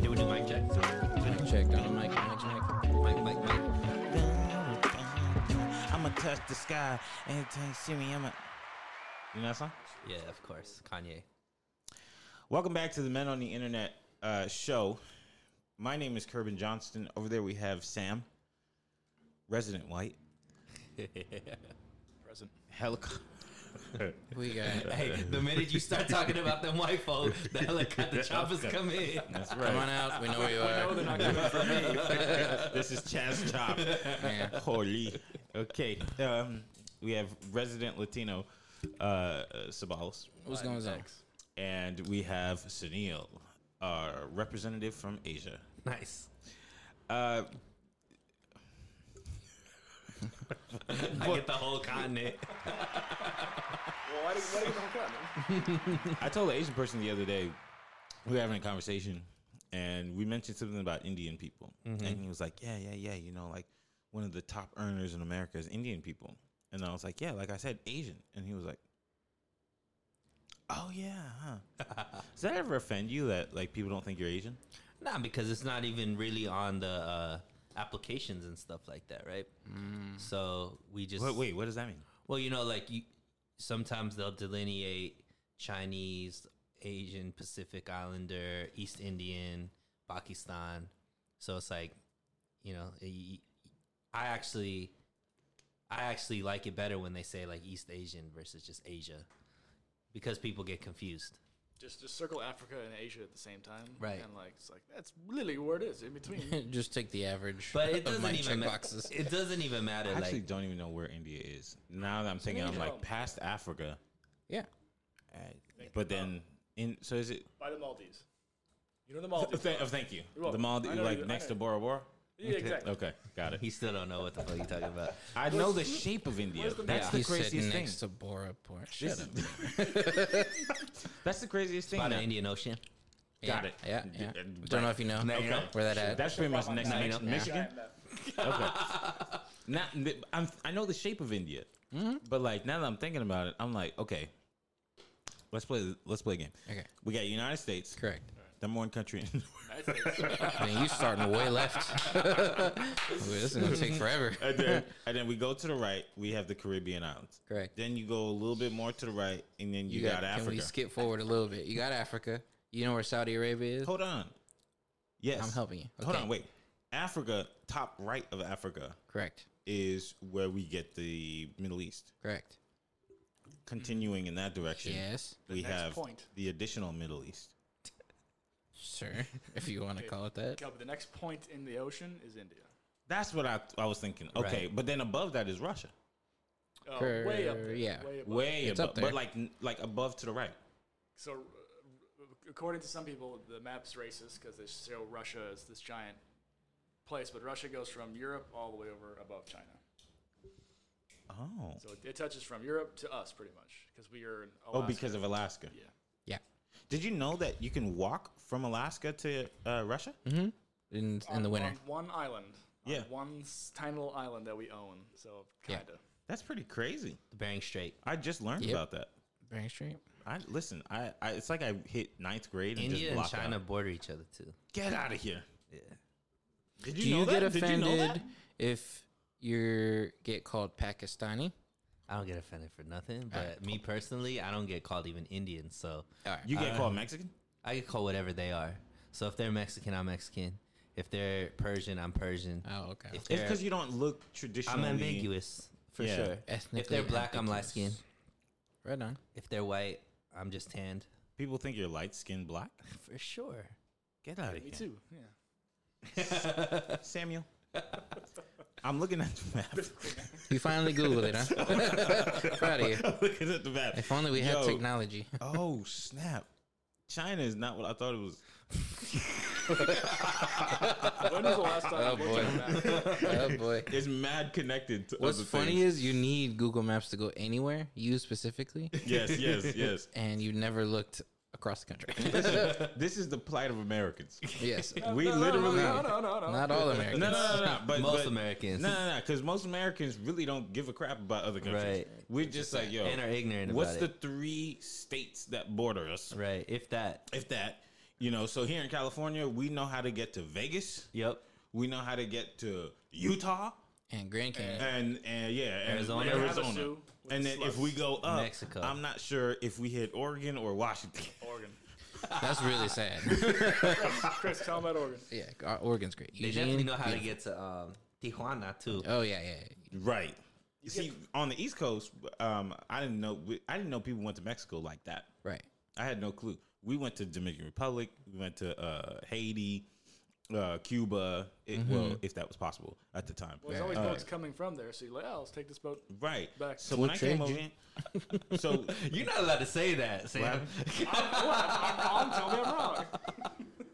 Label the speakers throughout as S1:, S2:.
S1: Do we do mic check? Mic check. Don't mic, mic check. Mic, mic, mic.
S2: I'ma touch the sky. Anytime you see me, I'ma. You know that song?
S1: Yeah, of course. Kanye.
S2: Welcome back to the Men on the Internet uh, show. My name is Kerbin Johnston. Over there we have Sam, resident white. Present. Helicopter.
S1: We got. Hey, the minute you start talking about them white folk, the helicopter choppers come in.
S2: That's right.
S3: Come out. We know where you are.
S2: this is Chaz Chop. Holy. Okay. Um, we have resident Latino uh, uh, Sabalos.
S3: What's going on?
S2: And we have Sunil, our representative from Asia.
S1: Nice.
S2: Uh,
S1: I get the whole continent.
S2: I told an Asian person the other day we were having a conversation, and we mentioned something about Indian people, and he was like, "Yeah, yeah, yeah," you know, like one of the top earners in America is Indian people, and I was like, "Yeah," like I said, Asian, and he was like, "Oh yeah, huh?" Does that ever offend you that like people don't think you're Asian?
S1: Nah, because it's not even really on the uh, applications and stuff like that, right? So we just
S2: Wait, wait, Mm. what does that mean?
S1: Well, you know, like you sometimes they'll delineate Chinese, Asian, Pacific Islander, East Indian, Pakistan. So it's like, you know, y- I actually I actually like it better when they say like East Asian versus just Asia because people get confused.
S4: just just circle Africa and Asia at the same time.
S1: Right.
S4: And like it's like that's literally where it is in between.
S3: Just take the average
S1: But it
S3: of
S1: doesn't
S3: my
S1: even ma-
S3: checkboxes.
S1: it doesn't even matter
S2: I actually
S1: like
S2: don't even know where India is. Now that I'm thinking, I'm like past Africa,
S3: Yeah.
S2: but then in so is it?
S4: By the Maldives. You know the Maldives.
S2: Th- oh, thank you. The
S4: welcome. I
S2: Maldives,
S4: know
S2: like
S4: you-
S2: next
S4: I-
S2: to Bora Bora.
S4: yeah, exactly.
S2: Okay, got it.
S1: he still don't know what the fuck you talking about.
S2: I know the shape of India.
S4: where's the
S2: That's
S4: map?
S2: the
S3: He said
S2: craziest thing.
S3: next to Bora Bora.
S2: This is- That's the craziest thing.
S1: By the
S2: that-
S1: Indian Ocean.
S2: Got
S3: yeah,
S2: it.
S3: Yeah.
S2: D-
S3: yeah.
S2: uh, right.
S3: Don't know if you know
S1: you know.
S3: where that at.
S2: That's pretty much next to
S1: Now you
S2: Mex-
S1: know.
S2: Michigan.
S4: Giant map.
S2: Okay. now th- I'm, I know the shape of India,
S3: Mm-hmm.
S2: but like now that I'm thinking about it, I'm like, okay, let's play. Let's play a game.
S3: Okay.
S2: We got United States,
S3: Correct.
S2: number one country. in the world.
S3: Man, you starting way left. Ooh, this is gonna take forever.
S2: and, then, and then we go to the right. We have the Caribbean islands.
S3: Correct.
S2: Then you go a little bit more to the right, and then you, got, Africa.
S3: Can we skip forward a little bit? You got Africa. You know where Saudi Arabia is?
S2: Hold on. Yes,
S3: I'm helping you.
S2: Hold
S3: Okay.
S2: on. Wait. Africa, top right of Africa,
S3: Correct.
S2: is where we get the Middle East.
S3: Correct.
S2: continuing in that direction,
S3: Yes,
S2: we
S4: next
S2: have
S4: point.
S2: the additional Middle East.
S3: sir. If you want to call it that.
S4: Yeah, but the next point in the ocean is India.
S2: That's what I, I was thinking. Okay, but then above that is Russia.
S4: Oh, way up
S3: Cur-
S4: there.
S3: yeah.
S4: Way up
S2: Way
S3: It's
S2: above,
S3: up there.
S2: but like n- like above to the right.
S4: So, uh, according to some people, the map's racist because they show Russia as this giant place, but Russia goes from Europe all the way over above China.
S2: Oh,
S4: So it, it touches from Europe to us pretty much because we are. In
S2: oh,
S4: Alaska.
S2: because of Alaska.
S4: yeah.
S3: Yeah.
S2: Did you know that you can walk from Alaska to uh, Russia?
S3: Mm-hmm. In in the
S4: On-
S3: winter.
S4: on one island. on
S2: Yeah.
S4: one s- tiny little island that we own. So
S3: Yeah.
S4: kind of.
S2: That's pretty crazy.
S1: The Bering Strait.
S2: I just learned
S3: Yep.
S2: about that.
S3: Bering Strait.
S2: I listen. I, I it's like I hit ninth grade and
S1: India
S2: just
S1: and
S2: blocked
S1: China
S2: Out.
S1: border each other too.
S2: Get out of here. Yeah. Did you,
S3: Do you,
S2: know
S3: get
S2: that? Did you
S3: offended
S2: know that?
S3: if you get called Pakistani?
S1: I don't get offended for nothing, but me personally, I don't get called even Indian, so
S3: All right.
S2: You get called Mexican.
S1: I get called whatever they are. So if they're Mexican, I'm Mexican. If they're Persian, I'm Persian.
S3: oh, okay.
S1: If
S2: It's
S1: they're-
S2: because you don't look traditionally.
S1: I'm ambiguous for
S2: Yeah.
S1: sure. if
S3: Ethnically
S1: they're black, I'm light skinned.
S3: ambiguous. Right on.
S1: If they're white, I'm just tanned
S2: People think you're light skinned black.
S1: for sure.
S2: Get out of
S4: Me
S2: here.
S4: too. Yeah.
S2: Samuel. I'm looking at the map.
S3: You finally Googled it, huh? Proud of you.
S2: I'm looking at the map.
S3: If only we had
S2: Yo.
S3: technology.
S2: Oh snap! China is not what I thought it was.
S4: When was the last time
S3: Oh
S4: you looked at a map?
S3: boy. oh boy.
S2: It's mad connected. To
S3: What's
S2: other
S3: funny
S2: things.
S3: is you need Google Maps to go anywhere, you specifically,
S2: yes, yes, yes.
S3: and you never looked across the country.
S2: Listen, this is the plight of Americans.
S3: yes.
S2: We literally
S4: No, no, no, no.
S3: Not all
S2: no,
S3: Americans.
S2: no, no, no. But
S1: Most
S2: but-
S1: Americans.
S2: No, no, no. Because most Americans really don't give a crap about other countries.
S1: Right.
S2: We're just like, yo,
S1: And are ignorant
S2: what's
S1: about
S2: the
S1: it.
S2: three states that border us?
S1: Right. If that.
S2: If that, you know. So here in California, we know how to get to Vegas.
S1: Yep.
S2: We know how to get to Utah.
S3: And Grand Canyon.
S2: And, and yeah, and
S1: Arizona.
S2: Arizona.
S4: Havasu with
S2: And
S4: the
S2: then if
S4: slugs.
S2: we go up,
S1: Mexico.
S2: I'm not sure if we hit Oregon or Washington.
S4: Oregon.
S3: That's really sad.
S4: Chris, tell him about Oregon.
S3: yeah, our Oregon's great.
S1: They definitely know how to get to um, Tijuana too.
S3: Oh yeah, yeah.
S2: Right. You see, on the East Coast, um, I didn't know I didn't know people went to Mexico like that.
S3: Right.
S2: I had no clue. We went to Dominican Republic. We went to uh, Haiti, uh, Cuba. It,
S1: Mm-hmm.
S2: Well, if that was possible at the time.
S4: Well, there's always boats coming from there, so you're like, oh, let's take this boat.
S2: Right.
S4: Back.
S2: So when I came over,
S3: Trade.
S2: so
S1: You're not allowed to say that, Sam.
S4: I'm, I'm, I'm, tell me I'm wrong.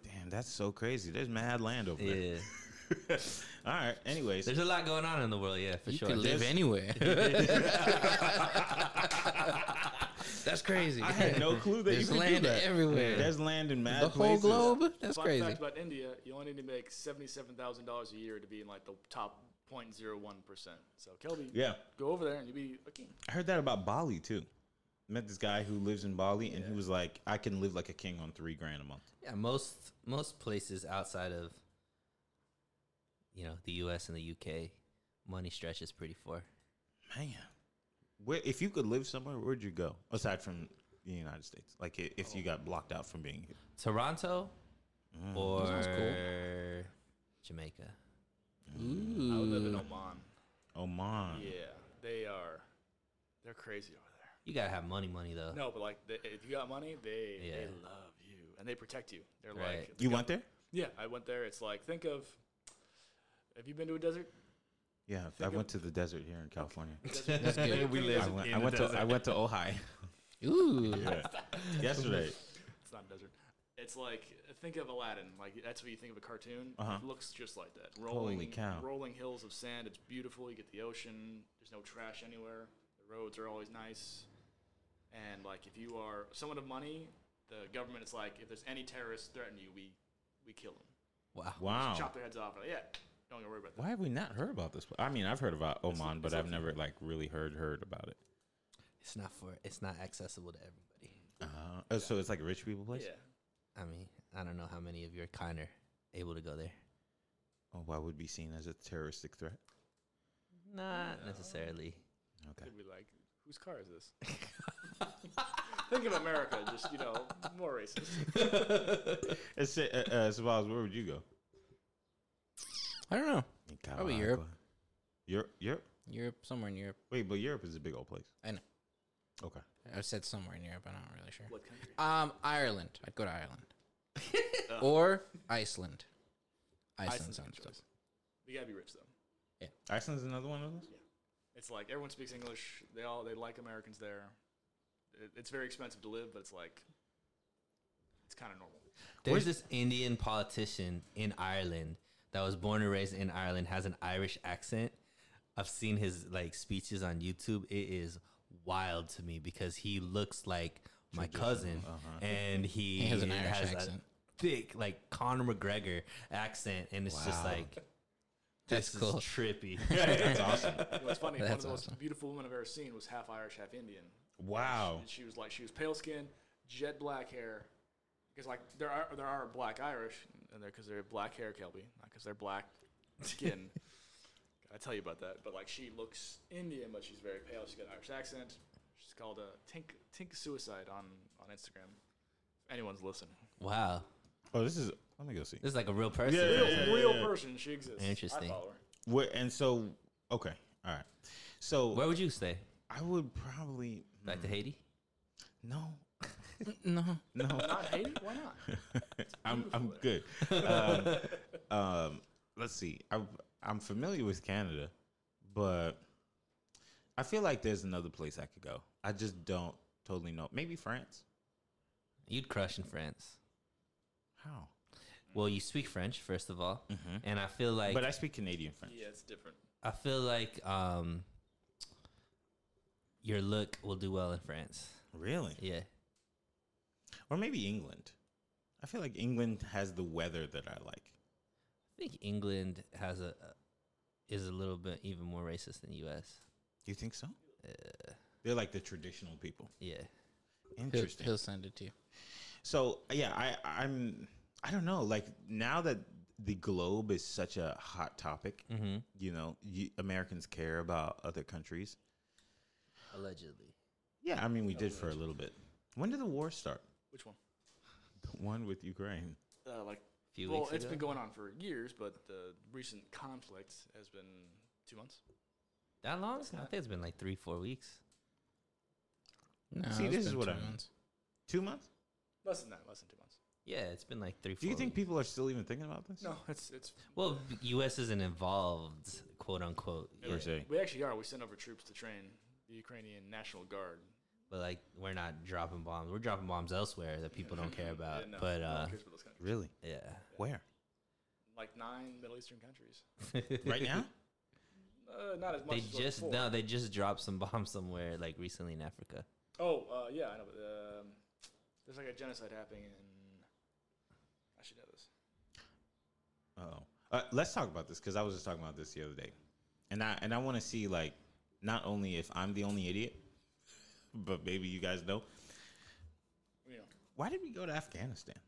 S2: damn, that's so crazy. There's mad land over
S1: yeah.
S2: there. All right. Anyways,
S1: There's a lot going on in the world. Yeah, for
S3: You
S1: sure.
S3: could live
S2: There's-
S3: anywhere. That's crazy.
S2: I had no clue that you
S3: There's
S2: could do
S3: land
S2: that.
S3: everywhere.
S2: There's land in mad
S3: the whole
S2: places.
S3: globe. That's
S4: Fun
S3: crazy.
S4: fact about India: you only need to make seventy-seven thousand dollars a year to be in like the top 0.01 percent. So, Kelby,
S2: Yeah.
S4: go over there and you'll be a king.
S2: I heard that about Bali too. Met this guy who lives in Bali, and he was like, "I can live like a king on three grand a month."
S1: Yeah, most most places outside of you know the U.S. and the U.K. money stretches pretty far.
S2: Man, where if you could live somewhere, where'd you go aside from the United States? Like, i- if you got blocked out from being here,
S1: Toronto or
S3: sounds
S1: Jamaica.
S4: I would live in
S3: Ooh.
S4: Oman.
S2: Oman,
S4: Yeah, they are. They're crazy over there.
S1: You gotta have money, money though.
S4: No, but like, they, if you got money, they they
S1: Yeah.
S4: love you and they protect you. They're
S1: Right.
S4: like, it's
S2: you
S4: got-
S2: went there?
S4: Yeah, I went there. It's like, think of. Have you been to a desert?
S2: Yeah, I went to the desert here in California.
S3: That's good.
S4: we
S2: I went, I went to I went to Ojai
S3: Ooh.
S2: yesterday.
S4: It's not a desert. It's like think of Aladdin. Like that's what you think of a cartoon.
S2: Uh-huh.
S4: It looks just like that. Rolling,
S2: cow.
S4: rolling hills of sand. It's beautiful. You get the ocean. There's no trash anywhere. The roads are always nice. And like if you are someone of money, the government is like, if there's any terrorists threaten you, we we kill them.
S1: Wow.
S4: Chop
S2: Wow.
S4: their heads off. Like, yeah, don't worry about that.
S2: Why have we not heard about this? I mean, I've heard about Oman, but
S4: it's
S2: I've
S4: up-
S2: never like really heard heard about it.
S1: It's not for. It's not accessible to everybody.
S2: Uh, oh, so it's like a rich people place.
S4: Yeah.
S1: I mean, I don't know how many of your kind are able to go there.
S2: Oh, why would be seen as a terroristic threat?
S1: Not necessarily.
S2: Okay.
S4: They'd be like, whose car is this? think of America. Just you know, more racist.
S2: It's, uh, uh, Sabaz, where would you go?
S3: I don't know. Probably Europe.
S2: Europe. Europe.
S3: Europe, somewhere in Europe.
S2: Wait, but Europe is a big old place.
S3: I know.
S2: Okay.
S3: I said somewhere in Europe. I'm not really sure.
S4: What country?
S3: Um, Ireland. I'd go to Ireland.
S2: Uh.
S3: or Iceland. Iceland
S4: Iceland's a good
S3: sounds dope.
S4: choice. We gotta be rich though.
S2: Iceland's another one of those.
S4: It's like everyone speaks English. They all they like Americans there. It, it's very expensive to live, but it's like it's kind of normal.
S1: There's this Indian politician in Ireland that was born and raised in Ireland, has an Irish accent. I've seen his like speeches on YouTube. It is wild to me because he looks like my cousin
S2: uh-huh.
S1: and he,
S3: He has an Irish
S1: a
S3: accent.
S1: thick like Conor McGregor accent and it's just
S2: Wow.
S1: like
S3: That's
S1: this is
S3: cool.
S1: trippy.
S2: That's awesome.
S4: You know, it's funny. one of
S3: That's
S4: the
S3: awesome.
S4: most beautiful women I've ever seen was half Irish, half Indian.
S2: Wow.
S4: And she was like she was pale skinned, jet black hair. Because like there are there are black Irish and they're because they're black hair, Kelby, not because they're black skin. Gotta tell you about that. But like she looks Indian, but she's very pale. She's got an Irish accent. She's called a Tink Tink Suicide on on Instagram. If anyone's listening.
S1: wow.
S2: Oh, this is. Let me go see.
S1: This is like a real person.
S2: Yeah,
S4: real,
S2: yeah, yeah,
S4: real
S2: yeah.
S4: person. She exists.
S1: Interesting.
S4: I follow her.
S2: Where, and so, okay, all right. So
S1: Where would you stay?
S2: I would probably
S1: Back to
S3: Mm.
S1: Haiti?
S2: no,
S3: No.
S2: no.
S4: Not Haiti? Why not?
S2: I'm I'm good. Um, um, let's see. I I'm familiar with Canada, but I feel like there's another place I could go. I just don't totally know. Maybe France.
S1: You'd crush in France.
S2: How?
S1: Well, you speak French first of all,
S3: Mm-hmm.
S2: Mhm.
S1: and I feel like
S2: but I speak Canadian French.
S4: Yeah, it's different.
S1: I feel like um, your look will do well in France.
S2: Really?
S1: Yeah,
S2: Or maybe England. I feel like England has the weather that I like.
S1: I think England has a is a little bit even more racist than U.S.
S2: You think so? They're like the traditional people.
S1: Yeah,
S3: He'll,
S2: Interesting.
S3: he'll send it to you.
S2: So yeah, I I'm I don't know. Like now that the globe is such a hot topic,
S1: mm-hmm.
S2: you know, you, Americans care about other countries.
S1: allegedly.
S2: Yeah, I mean we did for a little bit. When did the war start?
S4: Which one?
S2: The one with Ukraine.
S4: Uh, like,
S1: Few
S4: well,
S1: weeks
S4: it's
S1: ago?
S4: been going on for years, but the recent conflict has been two months.
S1: That long? I think it's been like three, four weeks.
S3: No,
S2: See,
S3: it's
S2: this is
S3: been
S2: what
S3: two
S2: I mean.
S3: months.
S2: Two months?
S4: Less than that. Less than two months.
S1: Yeah, it's been like three.
S2: Do you
S1: four
S2: think
S1: weeks.
S2: people are still even thinking about this?
S4: No, it's it's.
S1: Well, b- U.S. isn't involved, quote unquote,
S2: Per
S1: yet,
S2: se.
S4: We actually are. We sent over troops to train the Ukrainian National Guard.
S1: but like we're not dropping bombs. We're dropping bombs elsewhere that people don't care about.
S4: Yeah, no,
S1: but
S4: no one
S1: uh,
S4: cares about those countries.
S2: Really?
S1: yeah,
S2: Where?
S4: like nine Middle Eastern countries.
S2: Right now?
S4: Uh, not as much.
S1: they
S4: as like
S1: just
S4: before.
S1: no, they just dropped some bombs somewhere like recently in Africa.
S4: Oh, uh, yeah, I know. But, um, there's like a genocide happening in. I should know this.
S2: Uh-oh. Uh Let's talk about this because I was just talking about this the other day, and I and I want to see like not only if I'm the only idiot, but maybe you guys know.
S4: You know,
S2: Why did we go to Afghanistan?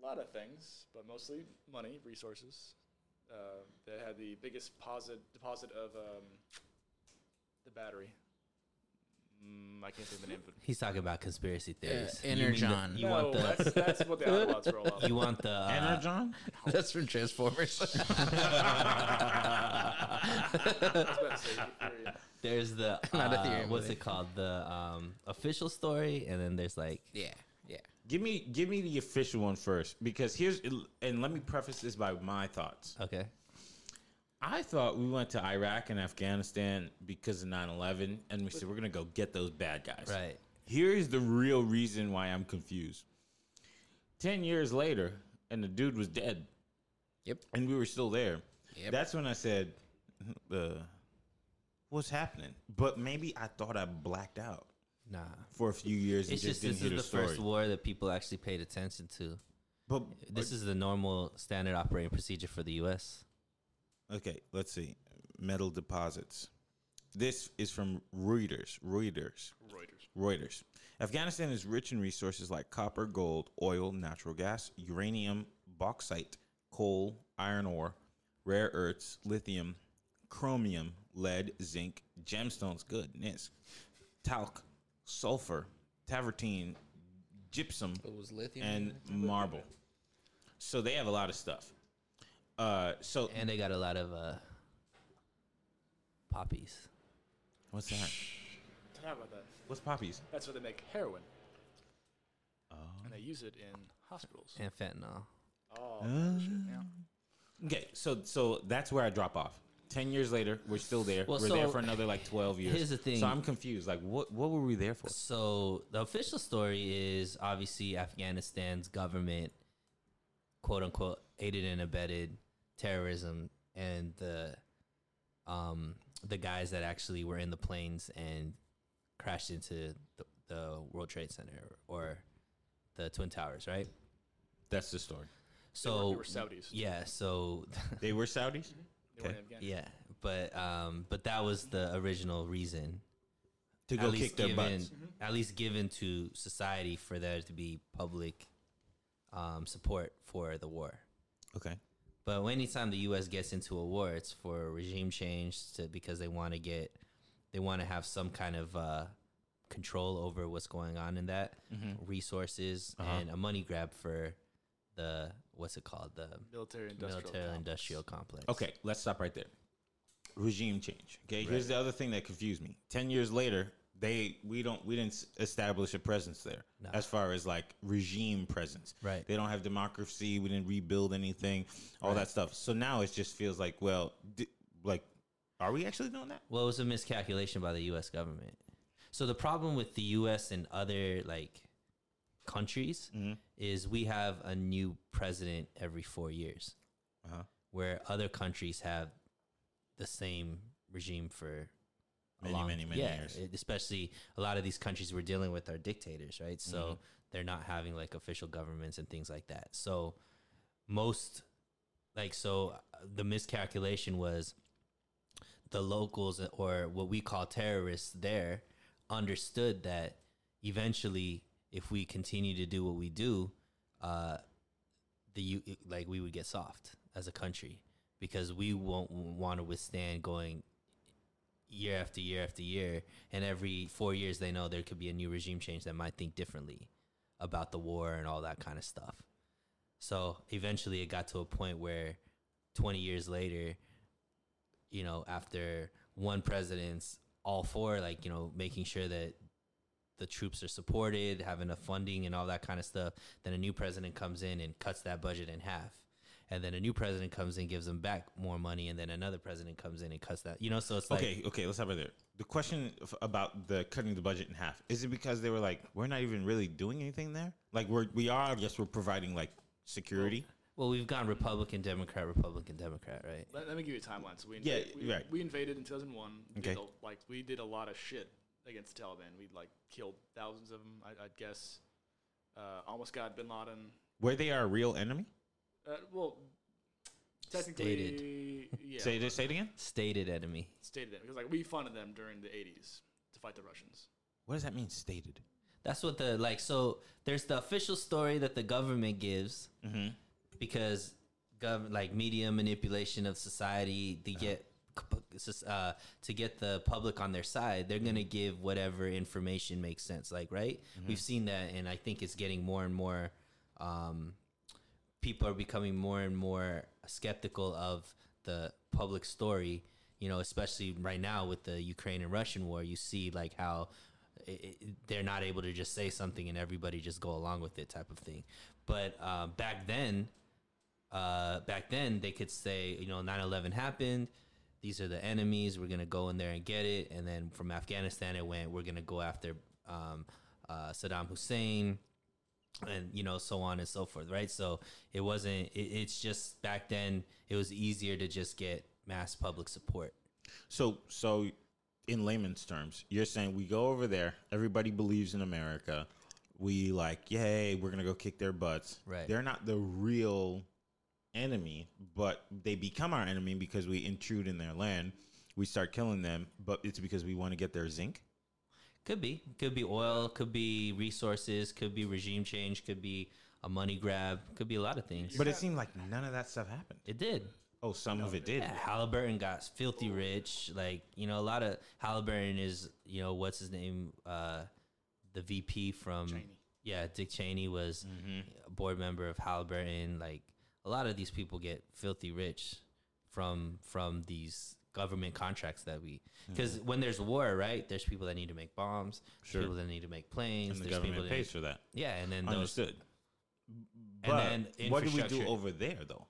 S4: a lot of things, but mostly money, resources. Uh, they had the biggest posit, deposit of um, the battery. Mm, I can't think of the name of it.
S1: He's talking about conspiracy theories. You mean the-
S3: Energon.
S1: You,
S4: no,
S1: want
S4: that's,
S1: the?
S4: that's what the Autobots roll up.
S1: You want the? Uh,
S2: Energon?
S3: That's from Transformers.
S4: I was about to say, Ethereum.
S1: there's the.
S3: Not a
S1: uh,
S3: theory,
S1: what's
S3: but-
S1: it called? The um, official story, and then there's like
S3: yeah, yeah.
S2: Give me give me the official one first because here's and let me preface this by my thoughts.
S1: okay,
S2: I thought we went to Iraq and Afghanistan because of 9/11 and we said we're going to go get those bad guys.
S1: right.
S2: Here's the real reason why I'm confused. 10 years later and the dude was dead.
S3: Yep.
S2: and we were still there.
S3: Yep.
S2: That's when I said, uh, "What's happening?" But maybe I thought I blacked out
S1: Nah.
S2: for a few years and
S1: It's just
S2: just,
S1: this
S2: didn't
S1: is
S2: hear
S1: the
S2: the story.
S1: first war that people actually paid attention to.
S2: But
S1: This is the normal standard operating procedure for the U.S.
S2: okay, let's see. Metal deposits. This is from Reuters. Reuters.
S4: Reuters.
S2: Reuters. Afghanistan is rich in resources like copper, gold, oil, natural gas, uranium, bauxite, coal, iron ore, rare earths, lithium, chromium, lead, zinc, gemstones, goodness, talc, sulfur, tavertine, gypsum,
S3: It was lithium.
S2: and marble. So they have a lot of stuff. Uh, so
S1: And they got a lot of uh, poppies.
S2: what's that?
S4: Don't talk about that.
S2: What's poppies?
S4: That's where they make heroin.
S1: Oh.
S4: And they use it in hospitals.
S1: and fentanyl.
S4: Oh, bullshit, yeah.
S2: Okay, so so that's where I drop off. Ten years later, we're still there.
S1: Well,
S2: we're there
S1: so-
S2: for another like twelve years.
S1: Here's the thing.
S2: So I'm confused. Like, what what were we there for?
S1: So the official story is obviously Afghanistan's government, quote unquote, aided and abetted terrorism, and the um, the guys that actually were in the planes and crashed into the, the World Trade Center or the Twin Towers, right?
S2: That's the story.
S1: So
S4: they were Saudis.
S1: Yeah. So
S2: They were Saudis.
S4: They were in
S2: Okay.
S4: Afghanistan.
S1: yeah, but um, but that was the original reason
S2: To go kick their
S1: given,
S2: butts.
S4: Mm-hmm.
S1: At least given to society for there to be public um, support for the war.
S2: Okay.
S1: But anytime the U.S. gets into a war, it's for regime change to, because they want to get, they want to have some kind of uh, control over what's going on in that
S2: Mm-hmm.
S1: resources
S2: Uh-huh.
S1: and a money grab for the what's it called the
S4: Military industrial.
S1: military
S4: complex.
S1: industrial complex.
S2: Okay. Let's stop right there. Regime change. Okay. Here's the other thing that confused me. Ten years later, they we don't we didn't s- establish a presence there
S1: No.
S2: as far as like regime presence.
S1: Right.
S2: They don't have democracy. We didn't rebuild anything. All that stuff. So now it just feels like well, di- like are we actually doing that?
S1: Well, it was a miscalculation by the U.S. government. So the problem with the U.S. and other like countries is we have a new president every four years,
S2: Uh-huh.
S1: where other countries have the same regime for a
S2: Many,
S1: long-
S2: many, many
S1: yeah,
S2: years.
S1: it- Especially a lot of these countries we're dealing with are dictators, right? So
S2: Mm-hmm.
S1: they're not having like official governments and things like that. So most like so uh, the miscalculation was the locals or what we call terrorists there understood that eventually if we continue to do what we do uh the U- like we would get soft as a country because we won't want to withstand going year after year after year and every 4 years they know there could be a new regime change that might think differently about the war and all that kind of stuff so eventually it got to a point where 20 years later you know, after one president's all for like, you know, making sure that the troops are supported, having enough funding and all that kind of stuff, then a new president comes in and cuts that budget in half. And then a new president comes in, gives them back more money, and then another president comes in and cuts that. You know, so it's like
S2: okay, okay, let's have it there. The question f- about the cutting the budget in half is it because they were like, we're not even really doing anything there? Like we're we are, yes, we're providing like security.
S1: well, we've gone Republican, Democrat, Republican, Democrat, right?
S4: Let, let me give you a timeline. So we
S2: Yeah,
S4: invaded, we,
S2: right.
S4: we invaded in 2001. did
S2: Okay.
S4: a- like we did a lot of shit against the Taliban. We like killed thousands of them. I, I guess uh, almost got Bin Laden.
S2: Where they are a real enemy.
S4: Uh, well, technically, yeah,
S2: Say this. Say it again.
S1: Stated enemy.
S4: stated it because like we funded them during the 80s to fight the Russians.
S2: What does that mean? Stated.
S1: That's what the like. So there's the official story that the government gives because gov- like media manipulation of society. They get uh, to get the public on their side. They're gonna give whatever information makes sense. Like right, we've seen that, and I think it's getting more and more. Um, people are becoming more and more skeptical of the public story. You know, especially right now with the Ukraine and Russian war, you see like how i i they're not able to just say something and everybody just go along with it, type of thing. But uh, back then, uh, back then they could say, you know, 9-11 happened. These are the enemies. We're gonna go in there and get it. And then from Afghanistan, it went. We're gonna go after um, uh, Saddam Hussein and you know so on and so forth right so it wasn't it, it's just back then it was easier to just get mass public support
S2: So, so in layman's terms, you're saying we go over there. Everybody believes in America. We like, yay, we're gonna go kick their butts.
S1: Right.
S2: They're not the real enemy, but they become our enemy because we intrude in their land. We start killing them, but it's because we want to get their zinc.
S1: could be could be oil could be resources could be regime change could be a money grab could be a lot of things
S2: But it seemed like none of that stuff happened.
S1: it did
S2: Oh, some of it did.
S1: yeah, Halliburton got filthy rich. Like you know, a lot of Halliburton is you know what's his name, uh, the VP from yeah, Dick Cheney was
S2: Mm-hmm.
S1: a board member of Halliburton. Like a lot of these people get filthy rich from from these government contracts that we
S2: Mm-hmm.
S1: because when there's war, right? There's people that need to make bombs, there's
S2: Sure.
S1: people that need to make planes,
S2: And the
S1: there's people
S2: government
S1: that
S2: pays for that.
S1: yeah, and then those
S2: Understood.
S1: and
S2: But
S1: then
S2: what do we do
S1: infrastructure.
S2: over there, though?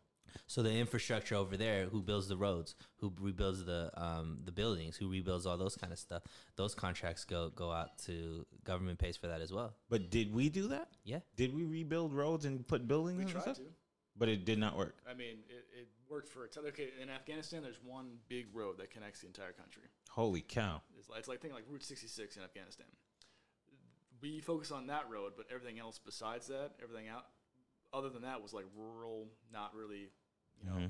S1: So the infrastructure over there, who builds the roads, who rebuilds the um, the buildings, who rebuilds all those kind of stuff, those contracts go go out to government pays for that as well.
S2: But did we do that?
S1: Yeah,
S2: Did we rebuild roads and put buildings?
S4: We
S2: and
S4: tried
S2: stuff?
S4: to.
S2: but it did not work.
S4: I mean, it, it worked for a t- okay. In Afghanistan, there's one big road that connects the entire country.
S2: Holy cow!
S4: It's like, it's like thing like Route 66 in Afghanistan. We focus on that road, but everything else besides that, everything out other than that was like rural, not really, you know,
S2: Mm-hmm.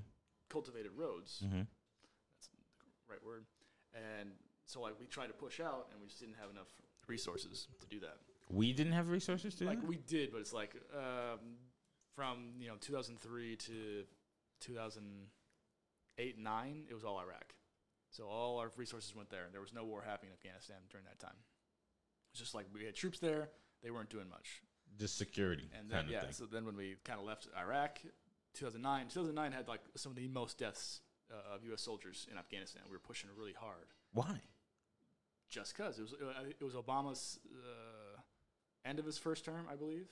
S4: cultivated roads.
S2: Mhm.
S4: That's the right word. And so like we tried to push out, and we just didn't have enough resources to do that.
S2: We didn't have resources to.
S4: Like
S2: do
S4: we did, but it's like um, from you know 2003 to 2008 nine, it was all Iraq. So all our resources went there. There was no war happening in Afghanistan during that time. It's just like we had troops there; they weren't doing much.
S2: that? just security
S4: And
S2: kind
S4: then
S2: of
S4: yeah,
S2: thing.
S4: so then when we kind of left Iraq, 2009, 2009 had like some of the most deaths uh, of U.S. soldiers in Afghanistan. We were pushing really hard
S2: Why?
S4: just because it was uh, it was Obama's uh, end of his first term, I believe,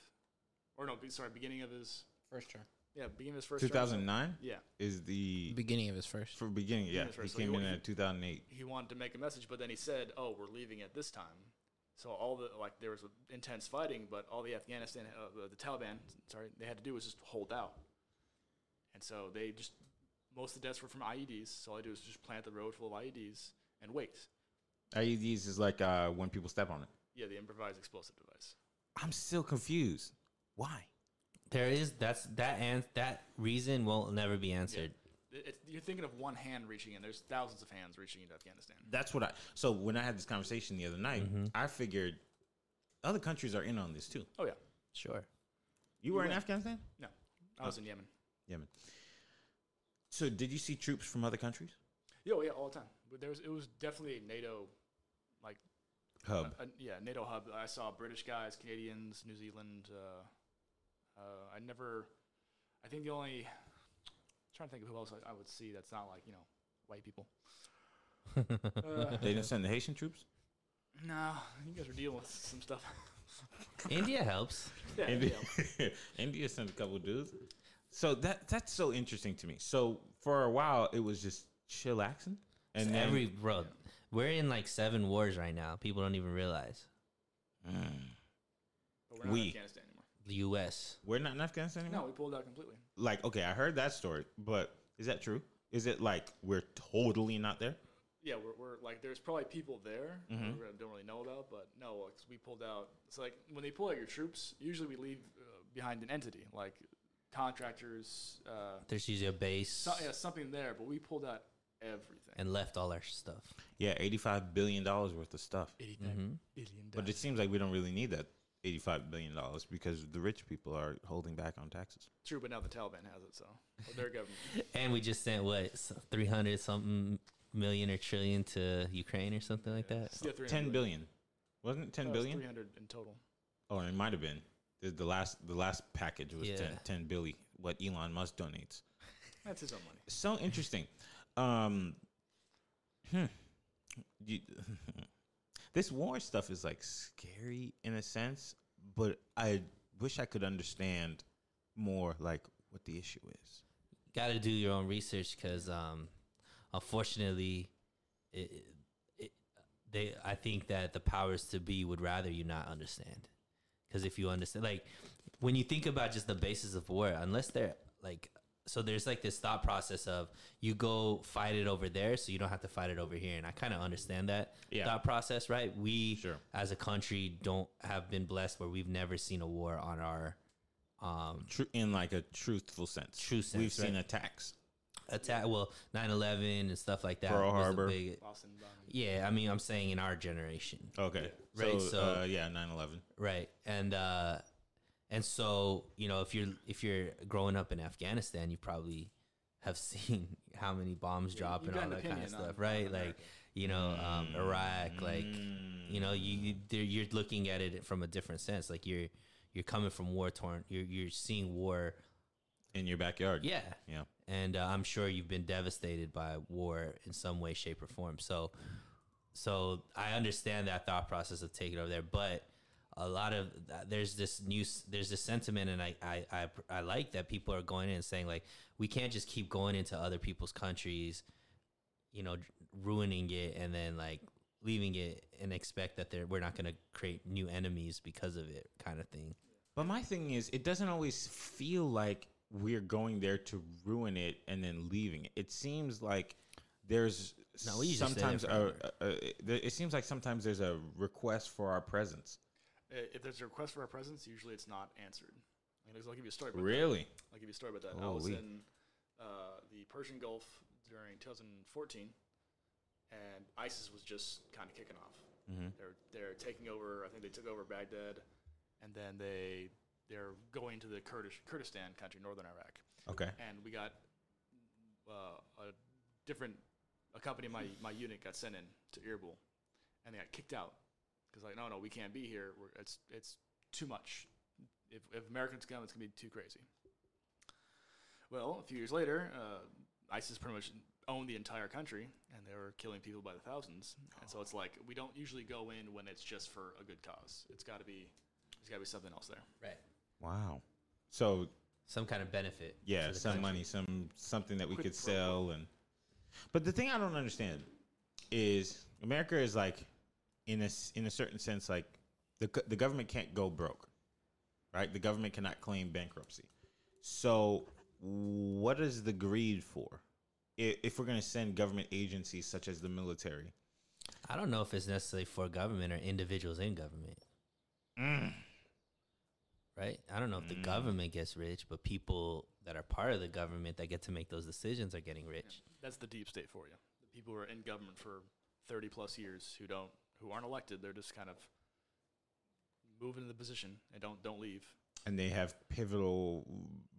S4: or no, be- sorry, beginning of his
S3: First term.
S4: yeah, beginning of his first term.
S2: 2009
S4: Yeah,
S2: is the
S3: Beginning of his first.
S2: for beginning. Yeah,
S4: Beginning,
S2: he
S4: right, so
S2: came
S4: he-
S2: in
S4: he-
S2: at 2008.
S4: he wanted to make a message, but then he said, "Oh, we're leaving at this time." So all the like there was intense fighting, but all the Afghanistan, uh, the, the Taliban, sorry, they had to do was just hold out, and so they just most of the deaths were from IEDs. So all they do is just plant the road full of IEDs and wait.
S2: IEDs E is like uh, when people step on it.
S4: Yeah, the improvised explosive device.
S2: I'm still confused. Why?
S1: There is that's that and that reason will never be answered.
S4: It, it's you're thinking of one hand reaching in. There's thousands of hands reaching into Afghanistan.
S2: That's what I. So when I had this conversation the other night, I figured other countries are in on this too.
S4: Oh yeah,
S1: Sure.
S2: You were in Afghanistan,
S4: no, I was in Yemen.
S2: Yemen. So did you see troops from other countries?
S4: Yeah, oh, yeah, all the time. But there was it was definitely a NATO, like
S2: Hub.
S4: a- yeah, NATO hub. I saw British guys, Canadians, New Zealand. Uh, uh, I never. I think the only. trying to think of who else I, I would see that's not like you know white people. Uh,
S2: They didn't send the Haitian troops.
S4: no, you guys are dealing with some stuff.
S1: India helps.
S4: yeah,
S2: India,
S4: yeah.
S2: India sent a couple dudes. So that that's so interesting to me. So for a while, it was just chillaxing, and
S1: And
S2: then
S1: every bro, we're in like seven wars right now. People don't even realize
S2: Mm.
S4: But we're not
S2: We.
S4: in Afghanistan anymore.
S1: the U.S.
S2: we're not in Afghanistan anymore.
S4: No, we pulled out completely.
S2: Like, okay, I heard that story, but is that true? Is it like we're totally not there?
S4: Yeah, we're, we're like there's probably people there
S2: Mm-hmm.
S4: that we don't really know about, but no, like, 'cause we pulled out. It's like when they pull out your troops, usually we leave uh, behind an entity like contractors, uh,
S1: There's usually a base
S4: so, yeah, something there, but we pulled out everything.
S1: and left all our stuff. Mm-hmm.
S2: Yeah, eighty-five billion dollars worth of stuff.
S4: Eighty-nine billion
S2: Mm-hmm. But it seems like we don't really need that eighty-five billion dollars because the rich people are holding back on taxes.
S4: True, but now the Taliban has it, so or their government.
S1: And we just sent what three hundred something million or trillion to Ukraine or something like that.
S4: Yeah, 300
S2: Ten billion, wasn't it? Ten billion?
S4: Three hundred in total.
S2: Oh, it might have been. The, the last the last package was
S1: Yeah.
S2: 10, 10 billion, what Elon Musk donates.
S4: That's his own money.
S2: So interesting. Um, hmm. You- this war stuff is like scary in a sense, but I wish I could understand more like what the issue is.
S1: got to do your own research because um, unfortunately, it, it, they I think that the powers to be would rather you not understand. Because if you understand, like when you think about just the basis of war, unless they're like, so there's like this thought process of you go fight it over there, so you don't have to fight it over here, and I kind of understand that
S2: Yeah.
S1: thought process, right? We
S2: Sure.
S1: as a country don't have been blessed where we've never seen a war on our um,
S2: True in like a truthful sense.
S1: True sense,
S2: We've seen
S1: right.
S2: attacks.
S1: attack well 9-11 and stuff like that
S2: Pearl
S1: was a
S2: Harbor.
S1: big-
S4: Boston bombing.
S1: yeah i mean i'm saying in our generation
S2: Okay.
S1: Right,
S2: So,
S1: so-
S2: uh, yeah, 9-11.
S1: right and uh and so you know if you're if you're growing up in afghanistan you probably have seen how many bombs
S4: Yeah,
S1: drop
S4: you've
S1: and
S4: got
S1: all that
S4: an
S1: kind of
S4: opinion on-
S1: stuff
S4: on
S1: right like
S4: America.
S1: you know um iraq like you know you you- there- you're looking at it from a different sense like you're you're coming from war torn you're you're seeing war
S2: In your backyard.
S1: yeah
S2: Yeah.
S1: and uh, I'm sure you've been devastated by war in some way, shape, or form. So, so I understand that thought process of taking over there, but a lot of that, there's this new s- there's this sentiment, and I, I I I like that people are going in and saying like we can't just keep going into other people's countries, you know, ruining it and then like leaving it and expect that they're, we're not going to create new enemies because of it, kind of thing.
S2: But my thing is, it doesn't always feel like we're going there to ruin it and then leaving it. It seems like there's
S1: No, we usually stay there
S2: sometimes a,
S1: forever.
S2: a, a- there- it seems like sometimes there's a request for our presence.
S4: Uh, If there's a request for our presence, usually it's not answered. I mean, I'll give you a story. About that.
S2: Really?
S4: I'll give you a story about that. I was
S2: Holy.
S4: in uh, the Persian Gulf during 2014, and ISIS was just kind of kicking off.
S1: Mm-hmm.
S4: They're they're taking over. I think they took over Baghdad, and then they they're going to the Kurdish Kurdistan country, northern Iraq.
S2: Okay.
S4: and we got uh, a different a company my my unit got sent in to Irbil, and they got kicked out because like no no we can't be here We're, it's it's too much if if Americans come it's gonna be too crazy. Well, a few years later, uh, ISIS pretty much owned the entire country and they were killing people by the thousands. And so it's like we don't usually go in when it's just for a good cause. It's got to be there's got to be something else there.
S1: Right.
S2: Wow. So
S1: Some kind of benefit.
S2: yeah,
S1: to the
S2: some
S1: country.
S2: money, some something that we
S4: Quid
S2: could
S4: pro quo.
S2: sell and. But the thing I don't understand is America is like, in a s- in a certain sense, like the co- the government can't go broke, right? The government cannot claim bankruptcy. So what is the greed for? I- If we're going to send government agencies such as the military,
S1: I don't know if it's necessarily for government or individuals in government. Right? I don't know if the government gets rich, but people that are part of the government that get to make those decisions are getting rich.
S4: That's the deep state for you. The people who are in government for 30 plus years who don't who aren't elected, they're just kind of moving into the position and don't don't leave.
S2: and they have pivotal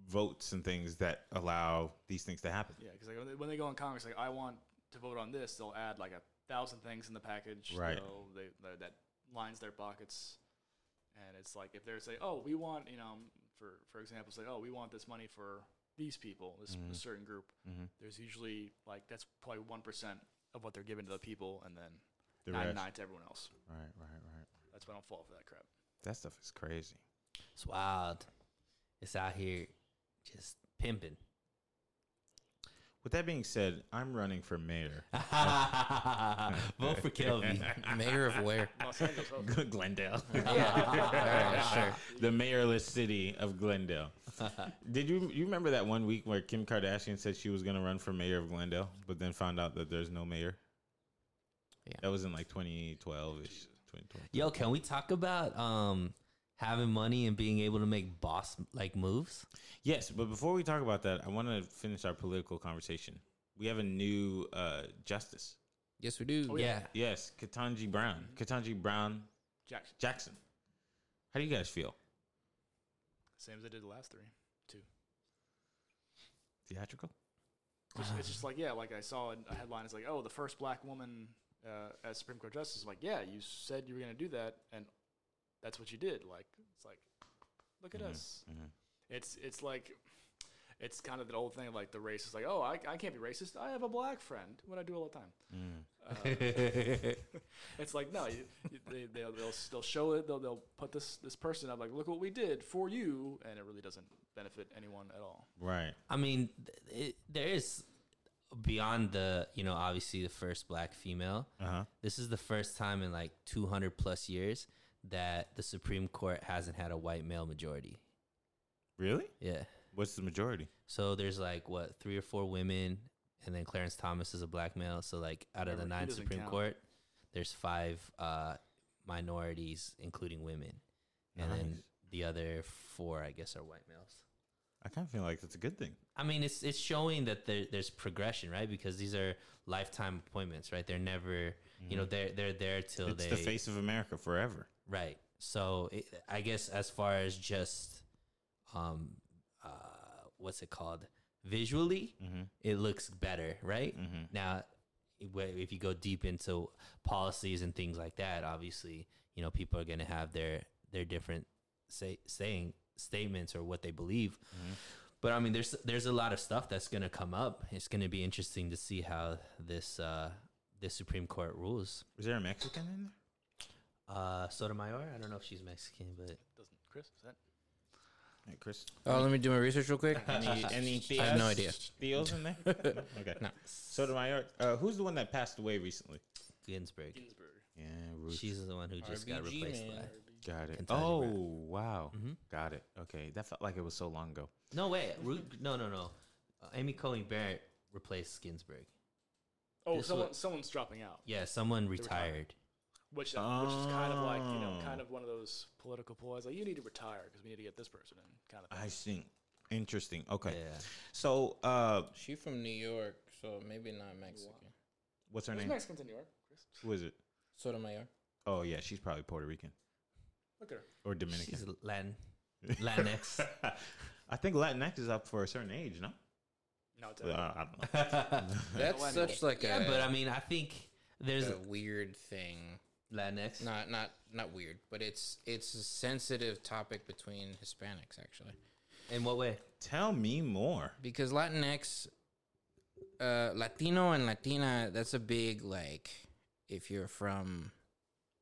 S2: votes and things that allow these things to happen.
S4: Yeah, because like when they, when they go in Congress, like I want to vote on this, they'll add like a thousand things in the package.
S2: Right.
S4: So they, tha- that lines their pockets, and it's like if they're say, oh, we want you know, for for example, say, oh, we want this money for these people, this,
S2: Mhm.
S4: this certain group.
S2: Mhm.
S4: There's usually like that's probably one percent of what they're giving to the people, and then
S2: The
S4: nine
S2: rest.
S4: nine to everyone else.
S2: Right, right, right.
S4: That's why I don't fall for that crap.
S2: That stuff is crazy.
S1: It's wild. It's out here just pimping.
S2: With that being said, I'm running for mayor.
S1: Vote for Kelvin.
S3: Mayor of where?
S4: Los Angeles, oh,
S2: Glendale.
S3: Alright, sure.
S2: the mayorless city of Glendale. Did you you remember that one week where Kim Kardashian said she was going to run for mayor of Glendale, but then found out that there's no mayor?
S3: Yeah.
S2: That was in like 2012 ish. 2012.
S1: Yo, can we talk about um having money and being able to make boss like moves?
S2: Yes, but before we talk about that, I want to finish our political conversation. We have a new uh, justice.
S3: Yes, we do.
S1: yeah.
S2: Yes, Katanji Brown. Katanji Brown
S4: Jackson,
S2: Jackson. How do you guys feel?
S4: same as I did the last three, two.
S2: Theatrical?
S4: It's, it's just like yeah, like I saw in a headline. It's like oh, the first black woman uh, as Supreme Court justice. I'm like yeah, you said you were gonna do that, and that's what you did. Like it's like look at us. It's it's like it's kind of that old thing of like the racist. Like oh, I, I can't be racist. I have a black friend. What I do all the time. It's like no, you, you, they they'll, they'll s- they'll show it. They'll they'll put this this person up. Like look what we did for you, and it really doesn't benefit anyone at all.
S2: Right.
S1: I mean, th- it, there is beyond the you know obviously the first black female.
S2: Uh-huh.
S1: This is the first time in like 200 plus years that the Supreme Court hasn't had a white male majority.
S2: Really?
S1: Yeah.
S2: What's the majority?
S1: So there's like what three or four women, and then Clarence Thomas is a black male. So like out of the
S4: Remember, he
S1: nine
S4: doesn't
S1: Supreme
S4: count.
S1: Court, there's five uh, minorities, including women, and then
S2: Nice.
S1: the other four, I guess, are white males.
S2: I kind of feel like that's a good thing.
S1: I mean, it's it's showing that there, there's progression, right? Because these are lifetime appointments, right? They're never, you know, they're they're there till
S2: Mm-hmm. it's
S1: they
S2: the face of America forever.
S1: right. So it, I guess as far as just, um, uh, what's it called? Visually, it looks better, right? Mm-hmm. Now, i- wh- if you go deep into policies and things like that, obviously, you know, people are going to have their their different say saying statements or what they believe. But I mean, there's there's a lot of stuff that's going to come up. It's going to be interesting to see how this uh, this Supreme Court rules.
S2: Is there a Mexican in there?
S1: Uh, Sotomayor, I don't know if she's Mexican, but
S4: Doesn't Chris? Is that
S2: Hey, Chris.
S3: Oh, let me do my research real quick.
S2: Any, any
S3: I have no idea.
S2: Theos in there? No? Okay.
S3: No.
S2: Sotomayor. Uh, who's the one that passed away recently?
S1: Ginsburg,
S4: Ginsburg?
S2: Yeah, Ruth.
S1: she's the one who just got
S3: RBG,
S1: replaced
S3: man.
S1: by.
S2: Got it.
S1: Kentucky Rat.
S2: Oh, wow. Got it. Okay. That felt like it was so long ago.
S1: No way, Ru- no, no, no. Uh, Amy Coney Barrett replaced Ginsburg.
S4: Oh,
S1: This
S4: someone
S1: one-
S4: someone's dropping out.
S1: Yeah, someone
S4: retired.
S1: retired.
S4: Which, uh, which is kind of like you know,
S2: Oh.
S4: kind of one of those political ploys. Like you need to retire because we need to get this person in, kind of. Thing.
S2: I see. Interesting. Okay.
S1: Yeah.
S2: So, uh,
S3: She from New York, so maybe not Mexican.
S2: what's her
S4: There's
S2: name?
S4: Mexicans in New York. Chris.
S2: Who is it?
S3: Sotomayor.
S2: Oh, yeah. She's probably Puerto Rican
S4: Look at her.
S2: or Dominican.
S1: She's Latin, Latinx.
S2: I think Latinx is up for a certain age, no?
S4: No, it's
S2: Uh, I don't know.
S3: That's
S4: Millennial.
S3: such like
S1: yeah,
S3: a,
S1: but I mean, I think there's
S3: a weird thing.
S1: Latinx.
S3: Not not not weird, but it's it's a sensitive topic between Hispanics actually.
S1: In what way?
S2: Tell me more.
S3: Because Latinx uh, Latino and Latina, that's a big like. If you're from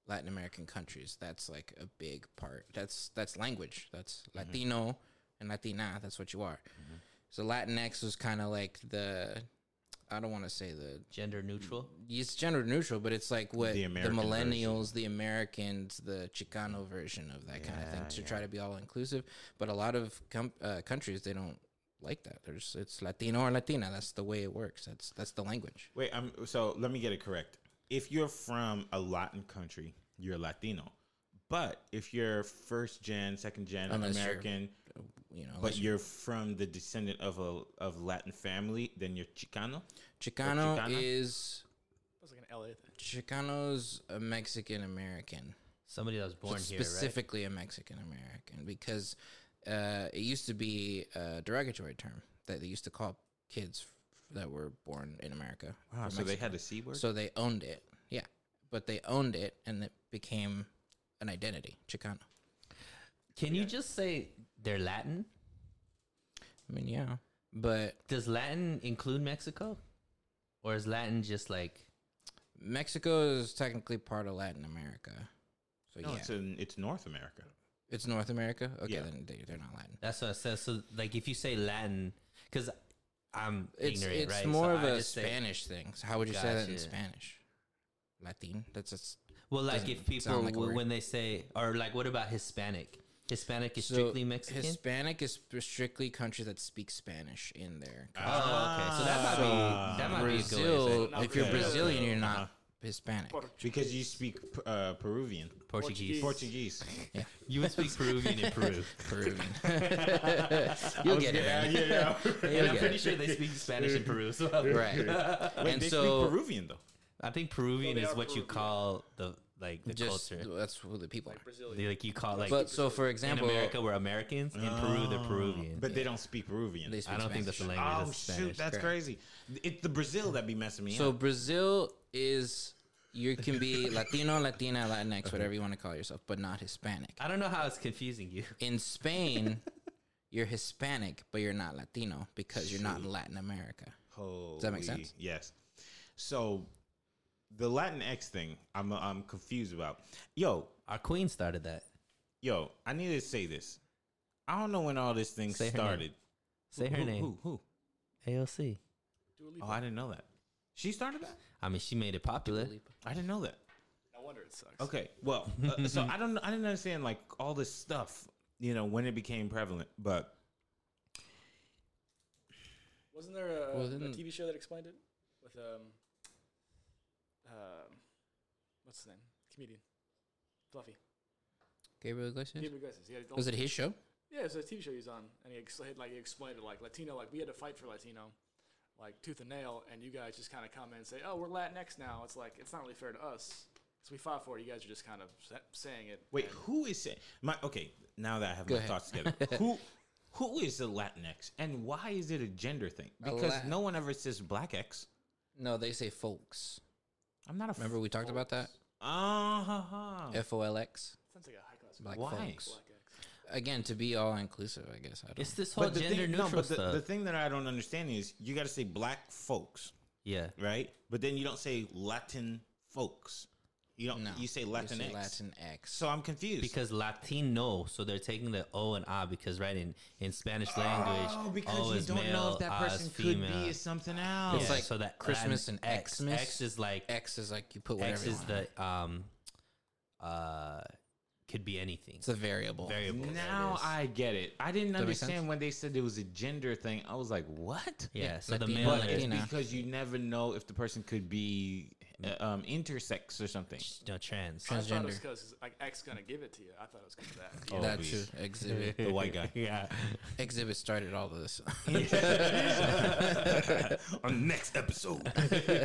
S3: Latin American countries, that's like a big part. That's that's language. That's Latino and Latina. That's what you are. So Latinx was kind of like the. I don't want to say the
S1: Gender neutral.
S3: it's gender neutral, but it's like what
S2: The
S3: the,
S2: American
S3: millennials, the Americans, the Chicano version of that kind of thing to try to be all inclusive. But a lot of com- uh, countries they don't like that. There's it's Latino or Latina. That's the way it works. That's that's the language.
S2: Wait, I'm so let me get it correct. If you're from a Latin country, you're Latino. But if you're first gen, second gen
S3: Unless you're-
S2: American,
S3: You know,
S2: but
S3: like
S2: you're from the descendant of a of Latin family, then you're Chicano.
S3: Chicano
S2: Chicana?
S3: is
S4: That's like an LA thing.
S3: Chicano's a Mexican American.
S1: Somebody that was born here, right?
S3: specifically a Mexican American because uh, it used to be a derogatory term that they used to call kids f- that were born in America.
S2: Wow,
S3: from
S2: so they
S3: Mexico.
S2: had a C word.
S3: Ah, so they owned it, yeah, but they owned it and it became an identity, Chicano.
S1: Can you just say they're Latin?
S3: I mean, yeah, but
S1: Does Latin include Mexico, or is Latin just like
S3: Mexico is technically part of Latin America, so
S2: no,
S3: yeah,
S2: it's
S3: it's,
S2: in, it's North America.
S3: North America. Okay,
S2: Yeah.
S3: then they, they're not Latin.
S1: that's what it says? So like, if you say Latin, because I'm
S3: It's
S1: ignorant,
S3: it's
S1: right? So
S3: more of
S1: I
S3: a
S1: just say-
S3: Spanish thing. So how would you say that in
S1: Gotcha.
S3: Spanish? Latin. That's a s-
S1: Well, like
S3: Doesn't
S1: if people
S3: sound like a
S1: w-
S3: word.
S1: when they say, or like, what about Hispanic? Hispanic is strictly Mexican.
S3: Hispanic is sp- strictly countries that speak Spanish in there.
S1: oh, okay. So that might
S2: Ah.
S1: be that might be a Uh-huh. good way
S3: Brazil,
S1: to say it.
S4: Not
S3: if you're
S2: Brazil.
S3: Brazilian, you're not Hispanic.
S2: Because you speak uh, Peruvian,
S1: Portuguese.
S2: Portuguese.
S1: You would speak Peruvian in Peru.
S3: Peruvian. You'll get it.
S2: yeah,
S3: man.
S2: yeah, yeah.
S3: You'll
S1: And I'm
S3: get
S1: pretty
S3: it.
S1: sure they speak Spanish in Peru. So
S3: Right.
S2: Wait,
S3: And
S2: they
S3: so-
S2: speak Peruvian though.
S1: I think Peruvian
S4: Well, they
S1: is
S4: are
S1: what you
S4: Peruvian.
S1: call the like the
S3: Just
S1: culture.
S3: that's who the people are.
S4: Brazilian.
S1: They, like you call like
S3: But so, for
S1: in
S3: example,
S1: America we're Americans, in Peru they're Peruvian.
S2: Ah, But they don't speak Peruvian.
S3: they speak
S1: I don't think that's
S3: Spanish.
S1: the language.
S2: Oh
S1: that's
S2: shoot,
S1: Spanish.
S2: that's crazy. It's the Brazil that be messing me
S3: So
S2: up.
S3: Brazil is you can be Latino, Latina, Latinx, whatever you want to call yourself, but not Hispanic.
S1: I don't know how it's confusing you.
S3: In Spain, you're Hispanic, but you're not Latino because you're not in Latin America.
S2: Holy,
S3: that make sense?
S2: Yes. So the Latin X thing, I'm I'm confused about. Yo,
S1: Our queen started that.
S2: yo, I need to say this. I don't know when all this thing
S1: Say her name.
S2: started.
S1: Say her
S2: Who-
S1: name.
S2: Who, who?
S1: AOC.
S4: Dua
S2: Oh,
S4: Lipa.
S2: I didn't know that. She started that.
S1: I mean, she made it popular.
S2: I didn't know that.
S4: No wonder it sucks.
S2: Okay. Well, uh, so I don't. I didn't understand like all this stuff. You know when it became prevalent, but
S4: Wasn't there a,
S3: Well,
S4: a
S3: then-
S4: TV show that explained it with um, um, what's his name? Comedian, Fluffy.
S3: Gabriel Iglesias.
S4: Gabriel Iglesias. He had a-
S3: Was it his show?
S4: Yeah, it's a TV show he was on, and he ex- like he explained it like Latino, like we had to fight for Latino, like tooth and nail, and you guys just kind of come in and say, oh, we're Latinx now. It's like it's not really fair to us because we fought for it. You guys are just kind of sa- saying it.
S2: wait,
S4: and
S2: who is it? My okay. Now that I have
S3: Go
S2: my
S3: ahead.
S2: thoughts together, who who is the Latinx and why is it a gender thing?
S3: A
S2: Because
S3: Lat-
S2: no one ever says Black X.
S3: No, they say folks.
S2: I'm not a
S3: Remember we talked about that?
S2: Uh huh.
S3: F O L X.
S4: sounds like a high class.
S3: Black
S2: Why?
S3: folks.
S4: Black X.
S3: Again, to be all inclusive, I guess. I don't
S1: It's this whole gender
S2: thing,
S1: neutral
S2: no, but the,
S1: stuff.
S2: the thing that I don't understand is you got to say Black folks,
S1: yeah.
S2: right? But then you don't say Latin folks. You don't.
S3: no.
S2: You say
S3: You
S2: Latinx.
S3: Latin X.
S2: So I'm confused.
S1: Because Latino, so they're taking the O and A because right in, in Spanish language,
S2: oh, because
S1: O
S2: you
S1: is
S2: don't
S1: male,
S2: know if that
S1: A is
S2: person could
S1: female.
S2: be is something else.
S3: It's
S1: Yeah,
S3: like
S1: so that
S3: Christmas
S1: Latin
S3: and Xmas.
S1: X is like
S3: X is like you put whatever.
S1: X
S3: you
S1: is
S3: want.
S1: the um uh could be anything.
S3: it's a variable.
S1: variable. there it
S2: Now
S1: is.
S2: I get it. I didn't
S3: That make
S2: understand
S3: sense?
S2: when they said there was a gender thing. I was like, what?
S1: yeah,
S3: yeah,
S1: so the
S3: Latino,
S1: male
S2: But it's
S1: is
S3: Latina.
S2: because you never know if the person could be uh, um, intersex or something.
S1: no trans.
S4: I thought it was
S3: Transgender.
S4: because like X gonna give it to you. I thought it was because of that.
S2: Oh,
S3: that too.
S2: please.
S3: Exhibit.
S2: The white guy.
S1: Yeah.
S3: Exhibit started all of this.
S2: on next episode.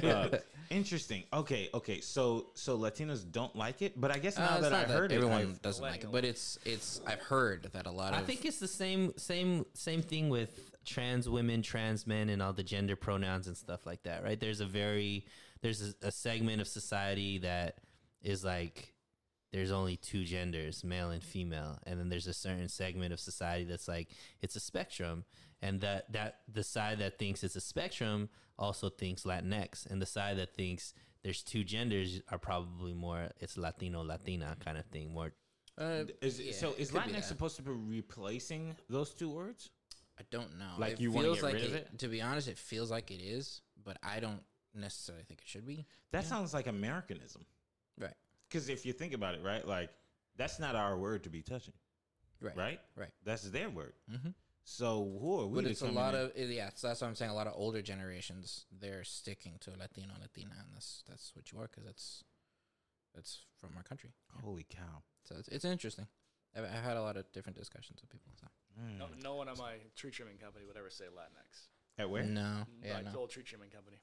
S2: Uh, interesting. Okay, okay. So so Latinos don't like it, but I guess now
S3: Uh, it's
S2: that I
S3: not that
S2: heard
S3: everyone
S2: it, I've-
S3: doesn't like it, but it's it's. I've heard that a lot
S1: I
S3: of.
S1: think it's the same same same thing with trans women, trans men and all the gender pronouns and stuff like that, right? There's a very there's a, a segment of society that is like there's only two genders, male and female, and then there's a certain segment of society that's like it's a spectrum, and that that the side that thinks it's a spectrum also thinks Latinx, and the side that thinks there's two genders are probably more it's Latino Latina kind of thing, more
S3: Uh,
S2: Is,
S3: yeah,
S2: so is
S3: it could be
S2: Latinx
S3: that.
S2: supposed to be replacing those two words?
S3: I don't know.
S2: Like,
S3: It
S2: you wanna
S3: feels
S2: get
S3: like
S2: rid of it?
S3: To be honest, it feels like it is, but I don't necessarily think it should be.
S2: That sounds like Americanism.
S3: Right.
S2: Because if you think about it, right, like that's not our word to be touching,
S3: Right.
S2: right?
S3: Right.
S2: That's their word.
S3: Mhm.
S2: So who are we?
S3: But
S2: to
S3: it's a
S2: come in
S3: lot
S2: and-
S3: of it- yeah. So that's what I'm saying. A lot of older generations they're sticking to Latino, Latina, and that's that's what you are because that's that's from our country.
S2: holy cow.
S3: So it's, it's interesting. I've, I've had a lot of different discussions with people. So
S2: Mm.
S4: No, no one at my tree trimming company would ever say Latinx.
S2: At where?
S3: no, yeah,
S4: like the
S3: no.
S4: old tree trimming company.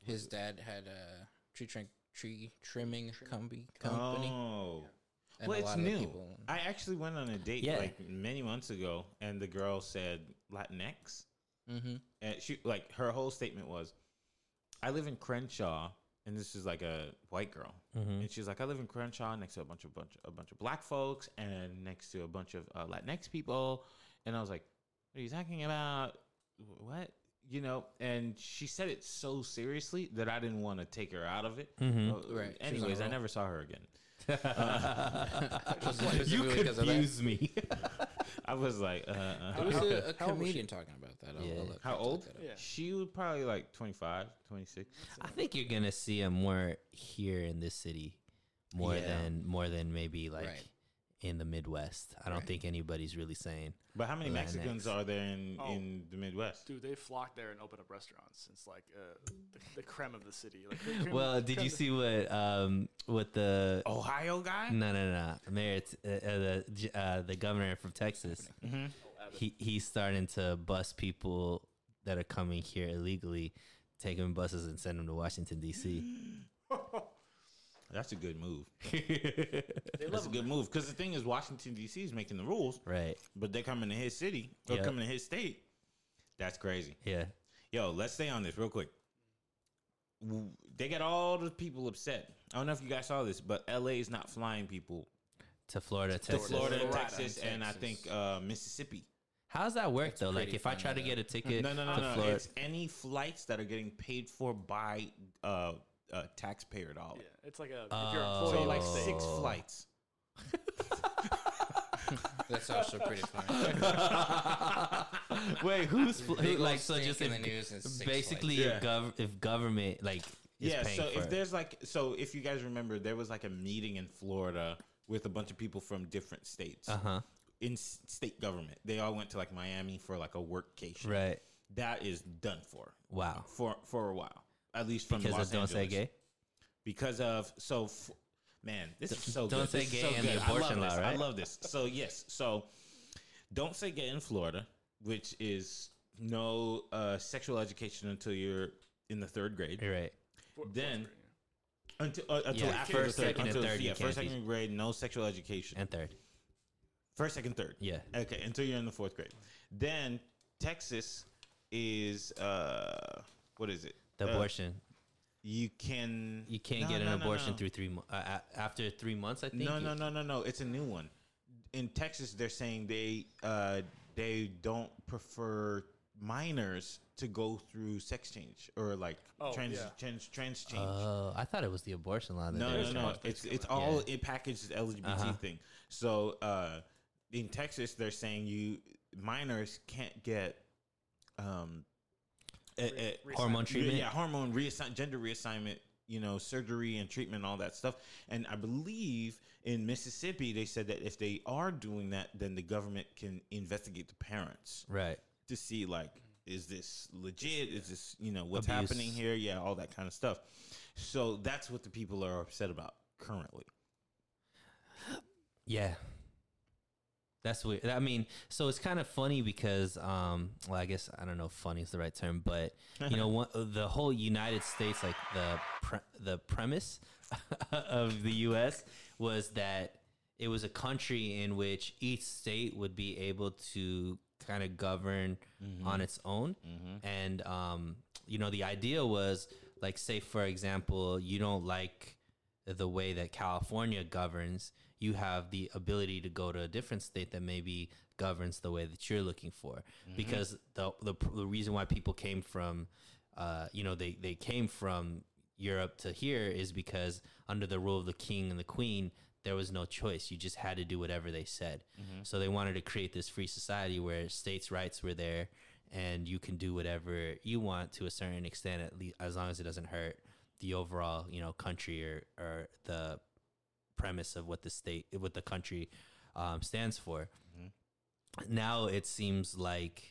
S3: His dad had a tree trim, tree trimming combi company.
S2: Oh.
S3: and
S2: well,
S3: a
S2: it's
S3: lot of
S2: new.
S3: people-
S2: I actually went on a date
S1: Yeah.
S2: like many months ago, and the girl said Latinx,
S3: Mm-hmm.
S2: and she like her whole statement was, "I live in Crenshaw, and this is like a white girl, and she's like, I live in Crenshaw next to a bunch of bunch a bunch of black folks, and next to a bunch of uh, Latinx people, and I was like, What are you talking about? Wh- What?" You know, and she said it so seriously that I didn't want to take her out of it. Uh,
S3: Right. She was on a
S2: Anyways, I
S3: roll.
S2: never saw her again.
S1: you
S3: Specifically 'cause of that.
S1: confuse me.
S2: I was like, uh, uh,
S3: There was
S2: how-
S3: a, a
S2: how old was she?
S3: comedian talking about that. I'll,
S1: Yeah.
S3: I'll look,
S2: How
S3: I'll look
S2: old?
S3: that up.
S4: Yeah.
S2: uh. She was probably like 25, 26.
S1: I think you're gonna see them more here in this city, more
S2: Yeah.
S1: than more than maybe like
S3: Right.
S1: in the Midwest. I don't
S3: Right.
S1: think anybody's really saying
S2: But how many
S1: Latinx.
S2: Mexicans are there in,
S4: Oh.
S2: in the Midwest?
S4: Dude, they flocked there and opened up restaurants. It's like uh, the, the creme of the city. Like, the creme-
S1: Well, did
S4: creme
S1: you
S4: de-
S1: see what um what the
S3: Oh.
S2: Ohio guy?
S1: no no no mayor t- uh, uh, the j- uh, the governor from Texas
S3: Mm-hmm.
S1: he he's starting to bus people that are coming here illegally, take them in buses and send them to Washington D.C.
S2: That's a good move.
S4: They
S2: That's
S4: love
S2: a
S4: them.
S2: good move. Because the thing is, Washington, D.C. is making the rules,
S1: right?
S2: but they're coming to his city or
S1: Yeah.
S2: coming to his state. That's crazy.
S1: Yeah.
S2: Yo, let's stay on this real quick. W- They got all the people upset. I don't know if you guys saw this, but LA is not flying people
S1: To Florida, Texas.
S2: to Florida, and
S4: Florida,
S2: Texas, and I
S3: Texas.
S2: think uh, Mississippi.
S1: How's that work though? Like
S3: pretty
S1: if I
S3: funny,
S1: try to
S3: though.
S1: get a ticket
S2: No, no, no,
S1: to
S2: no.
S1: Florida,
S2: It's any flights that are getting paid for by uh, uh, taxpayer dollar.
S4: Yeah, it's like a if you're employed,
S2: uh, So
S4: you
S2: like
S4: can stay.
S2: six flights.
S3: That's also pretty funny.
S1: Wait, who's fl- who,
S3: Big ol'
S1: like so?
S3: stink
S1: Just
S3: in
S1: if,
S3: the news and six
S1: basically,
S2: flights.
S1: if, gov- if government like is
S2: Yeah.
S1: paying
S2: So
S1: for
S2: if
S1: it.
S2: there's like, so if you guys remember, there was like a meeting in Florida with a bunch of people from different states
S1: uh-huh,
S2: in s- state government. They all went to like Miami for like a workcation.
S1: right?
S2: That is done for
S1: Wow,
S2: for for a while, at least from
S1: because
S2: Los
S1: of don't say
S2: Angeles.
S1: gay.
S2: because of so f- man this is so
S1: Don't
S2: good.
S1: Say
S2: This is
S1: Gay
S2: so
S1: and the
S2: good.
S1: abortion
S2: I love
S1: law,
S2: this. I
S1: right?
S2: love this so yes so don't say gay in Florida which is no uh, sexual education until you're in the third grade
S1: You're right.
S4: Four- fourth
S2: Then-
S4: grade, yeah.
S2: until uh, until
S1: Yeah,
S2: after
S1: first,
S2: the third,
S1: second, and
S2: until,
S1: third,
S2: yeah
S1: you
S2: first
S1: can't
S2: second grade no sexual education
S1: And third,
S2: first second third
S1: Yeah.
S2: okay until you're in the fourth grade then Texas is uh what is it
S1: the
S2: Uh,
S1: abortion.
S2: you can
S1: You can't
S2: No,
S1: get an
S2: no, no,
S1: abortion
S2: no.
S1: through three mo- uh, a- after three months. I think.
S2: No,
S1: you-
S2: no, no, no, no. It's a new one. In Texas, they're saying they uh, they don't prefer minors to go through sex change or like
S4: Oh,
S2: trans,
S4: yeah.
S2: trans trans change.
S1: Oh, I thought it was the abortion law. That
S2: no,
S1: they
S2: no,
S1: were
S2: no.
S1: trying-
S2: It's it's all
S1: Yeah. Uh-huh.
S2: it packages the LGBT thing. So uh, in Texas, they're saying you minors can't get um, a- a-
S1: Hormone treatment.
S2: yeah, yeah, hormone reassign, gender reassignment, you know, surgery and treatment, all that stuff. And I believe in Mississippi, they said that if they are doing that, then the government can investigate the parents
S1: Right.
S2: to see like, is this legit? Is this you know what's
S1: Abuse.
S2: happening here? Yeah, all that kind of stuff. So that's what the people are upset about currently.
S1: Yeah. That's weird. I mean, so it's kind of funny because, um, well, I guess I don't know if funny is the right term, but you know, one, the whole United States, like the pre- the premise of the U.S. was that it was a country in which each state would be able to kind of govern
S2: Mm-hmm.
S1: on its own, and um, you know, the idea was like, say for example, you don't like the way that California governs, you have the ability to go to a different state that maybe governs the way that you're looking for. Because the, the pr- the reason why people came from, uh, you know, they they came from Europe to here is because under the rule of the king and the queen, there was no choice. You just had to do whatever they said. So they wanted to create this free society where states' rights were there and you can do whatever you want to a certain extent, at least as long as it doesn't hurt the overall, you know, country or, or the premise of what the state, what the country um, stands for. Now it seems like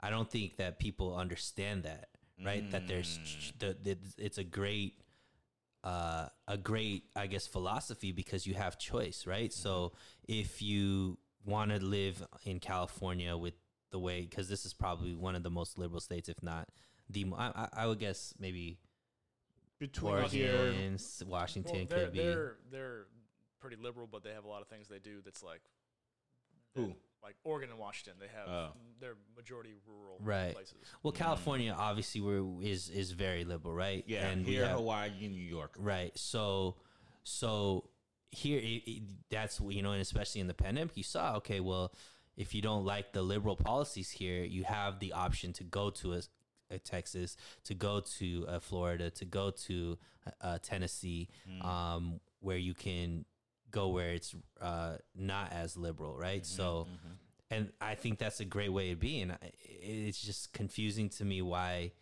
S1: I don't think that people understand that, right? That there's
S2: Mm.
S1: ch- the, the, it's a great uh, a great, I guess, philosophy because you have choice, right? So
S2: Mm-hmm.
S1: if you want to live in California with the way, because this is probably one of the most liberal states, if not the, mo- I, I- I would guess maybe
S2: Between here,
S1: Oregon, S-
S4: Well,
S1: Washington
S4: they're,
S1: could be.
S4: they're they're pretty liberal, but they have a lot of things they do that's like
S2: who?
S4: like Oregon and Washington. They have
S2: Oh.
S4: they're majority rural
S1: Right.
S4: places.
S2: mm.
S1: Well, California obviously we're, is is very liberal, right?
S2: Yeah,
S1: we
S2: here,
S1: have-
S2: Hawaii, New York.
S1: Right. So, so here, it, it, that's what, you know, and especially in the pandemic, you saw, okay, well, if you don't like the liberal policies here, you have the option to go to a, a Texas, to go to uh, Florida, to go to uh, Tennessee, um, where you can go where it's uh, not as liberal, right?
S2: Mm-hmm.
S1: so, and I think that's a great way to be. And I, i- it's just confusing to me why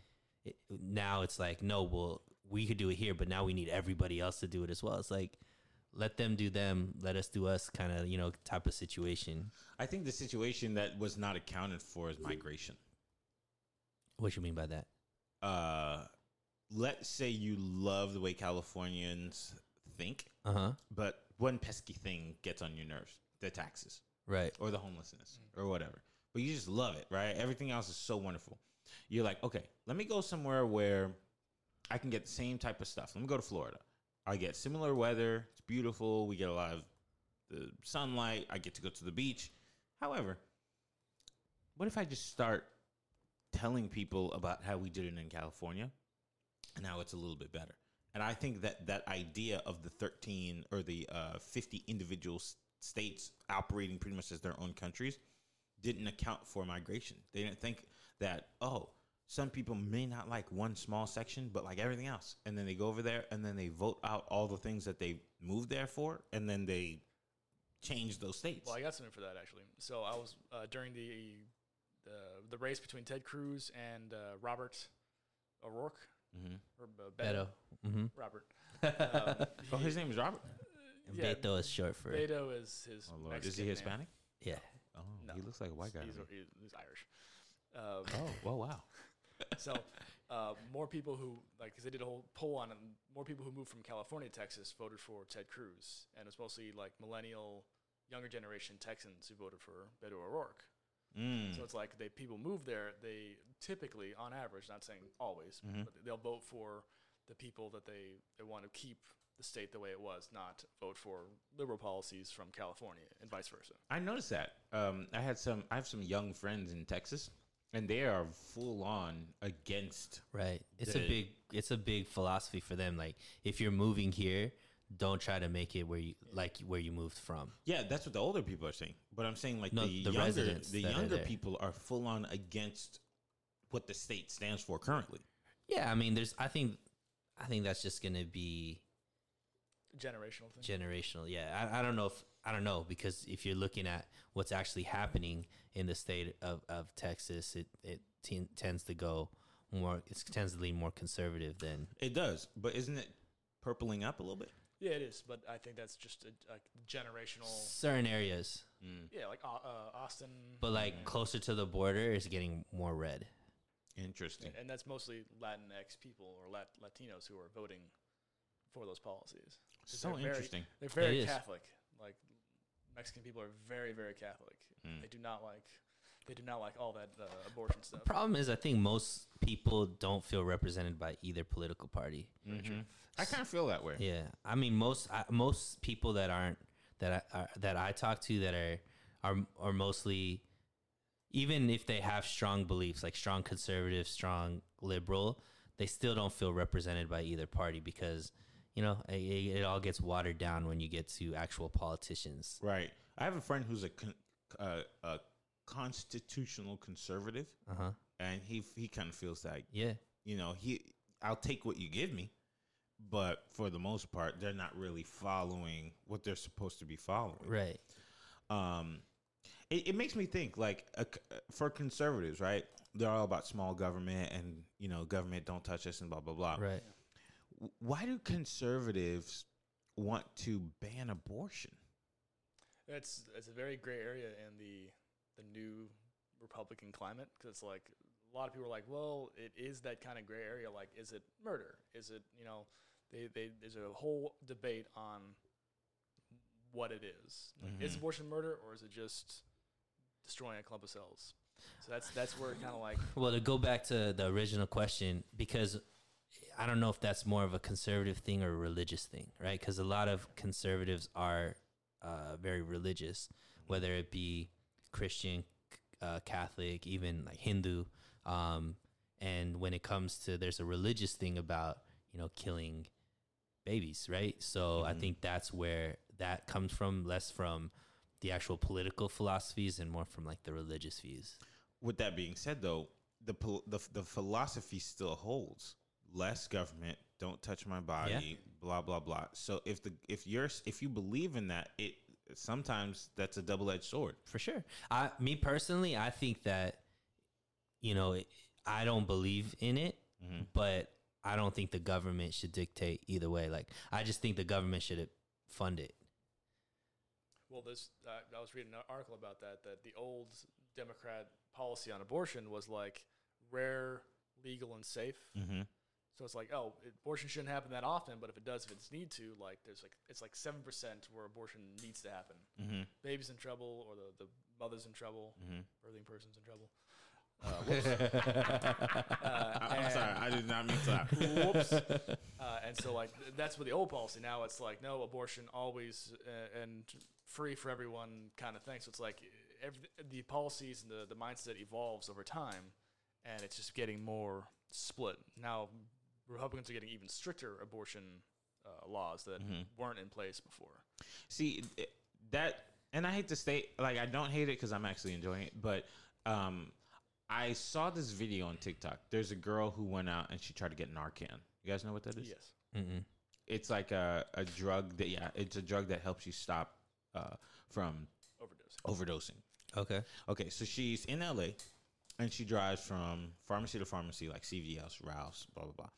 S1: it, now it's like, no, well, we could do it here, but now we need everybody else to do it as well. It's like, let them do them, let us do us, kind of, you know, type of situation.
S2: I think the situation that was not accounted for is migration.
S1: What you mean by that?
S2: Uh, let's say you love the way Californians think,
S1: Uh huh.
S2: but one pesky thing gets on your nerves: the taxes.
S1: Right.
S2: or the homelessness or whatever. But you just love it, right? Everything else is so wonderful. You're like, okay, let me go somewhere where I can get the same type of stuff. Let me go to Florida. I get similar weather. It's beautiful. We get a lot of the sunlight. I get to go to the beach. However, what if I just start telling people about how we did it in California and how it's a little bit better? And I think that that idea of the 13 or the uh, 50 individual s- states operating pretty much as their own countries didn't account for migration. They didn't think that, oh, some people may not like one small section, but like everything else. And then they go over there and then they vote out all the things that they moved there for and then they change those states.
S4: Well, I got something for that actually. So I was uh, during the, the the race between Ted Cruz and uh, Robert O'Rourke or uh,
S1: Beto.
S4: Beto,
S1: Mm-hmm.
S4: Robert. Um,
S2: oh, his name is Robert.
S4: yeah,
S1: Beto is short for
S4: Beto is his.
S2: Oh, Lord. Is
S4: Mexican
S2: he
S4: name.
S2: Hispanic?
S1: yeah.
S2: Oh,
S4: No.
S2: he looks like a white guy.
S4: He's,
S2: to me.
S4: he's, he's Irish. Um,
S2: Oh, well, wow.
S4: so uh, more people who like 'cause they did a whole poll on 'em, more people who moved from california to texas voted for ted cruz and it's mostly like millennial younger generation texans who voted for beto o'rourke
S2: Mm.
S4: so it's like they people move there they typically on average not saying always but they'll vote for the people that they, they want to keep the state the way it was not vote for liberal policies from california and vice versa
S2: I noticed that. Um, I had some. I have some young friends in Texas, and they are full on against.
S1: Right. It's
S2: the-
S1: a big it's a big philosophy for them. Like if you're moving here, don't try to make it where you like where you moved from.
S2: Yeah, that's what the older people are saying. But I'm saying like
S1: No,
S2: the,
S1: the
S2: younger,
S1: residents
S2: the
S1: that are
S2: younger
S1: there.
S2: people are full on against what the state stands for currently.
S1: Yeah, I mean there's I think I think that's just gonna be
S4: generational thing
S1: generational. Yeah, I, I don't know if I don't know because if you're looking at what's actually happening in the state of, of Texas, it it ten, tends to go more. It tends to lean more conservative than
S2: It does, but isn't it purpling up a little bit?
S4: yeah it is but i think that's just a, a generational
S1: certain areas.
S2: Mm.
S4: Yeah, like Au- uh, Austin.
S1: But
S4: Mm-hmm.
S1: like closer to the border, it's getting more red.
S2: Interesting.
S4: and that's mostly Latinx people or Lat- Latinos who are voting for those policies. 'Cause
S2: So
S4: they're very-
S2: interesting.
S4: They're
S1: It
S4: very
S1: is.
S4: Catholic. Like Mexican people are very, very Catholic.
S1: Mm.
S4: They do not like. They do not like all that uh, abortion stuff.
S1: Problem is, I think most people don't feel represented by either political party.
S2: Mm-hmm. I kind of feel that way.
S1: Yeah, I mean most I, most people that aren't that I are, that I talk to that are are are mostly even if they have strong beliefs like strong conservative, strong liberal, they still don't feel represented by either party because you know, it, it it all gets watered down when you get to actual politicians.
S2: Right. I have a friend who's a con- uh, a constitutional conservative,
S1: Uh huh.
S2: and he he kind of feels like
S1: Yeah.
S2: you know he I'll take what you give me, but for the most part, they're not really following what they're supposed to be following.
S1: Right.
S2: um it, it makes me think like a c for conservatives right they're all about small government and you know government don't touch us and blah blah blah
S1: Right.
S2: W- why do conservatives want to ban abortion
S4: That's it's a very gray area in the the new Republican climate because it's like a lot of people are like, well, it is that kind of gray area. Like, is it murder? Is it you know? They, they there's a whole debate on what it is. Like, Is
S2: Mhm.
S4: abortion murder or is it just destroying a clump of cells? So that's that's where kind of like
S1: Well, to go back to the original question, because I don't know if that's more of a conservative thing or a religious thing, right? Because a lot of conservatives are uh, very religious, whether it be Christian, c- uh, Catholic, even like Hindu. Um, and when it comes to there's a religious thing about you know killing babies, right? So I
S4: Mm-hmm.
S2: Mhm.
S1: think that's where that comes from, less from the actual political philosophies and more from like the religious views.
S2: with that being said though the pol- the, the philosophy still holds less government don't touch my body blah blah blah so if the if you're s- if you believe in that it sometimes that's a double-edged sword
S1: for sure. I, me personally, I think that, you know, it, I don't believe in it,
S2: Mhm.
S1: but I don't think the government should dictate either way. Like, I just think the government should fund it.
S4: Well, this uh, I was reading an article about that. That the old Democrat policy on abortion was like rare, legal, and safe.
S2: mm-hmm.
S4: So it's like, oh, abortion shouldn't happen that often, but if it does, if it's need to, like there's like it's like seven percent where abortion needs to happen.
S2: Mm-hmm.
S4: Baby's in trouble, or the the mother's in trouble,
S2: Mhm.
S4: birthing person's in trouble.
S2: mm-hmm. Uh, I- I'm sorry, I did not mean to laugh.
S4: Whoops. Uh, and so like th- that's with the old policy. Now it's like no abortion always uh, and free for everyone kind of thing. So it's like e, every, the policies and the, the mindset evolves over time, and it's just getting more split. Now Republicans are getting even stricter abortion uh, laws that weren't in place before.
S2: See it- that, and I hate to say like I don't hate it because I'm actually enjoying it, but um, I saw this video on TikTok. There's a girl who went out and she tried to get Narcan. You guys know what that is?
S4: Yes.
S1: Mm-mm.
S2: It's like a a drug that yeah, it's a drug that helps you stop uh, from
S4: Overdose.
S2: overdosing.
S1: Okay.
S2: Okay, so she's in LA and she drives from pharmacy to pharmacy, like CVS, Rouse, blah, blah, blah.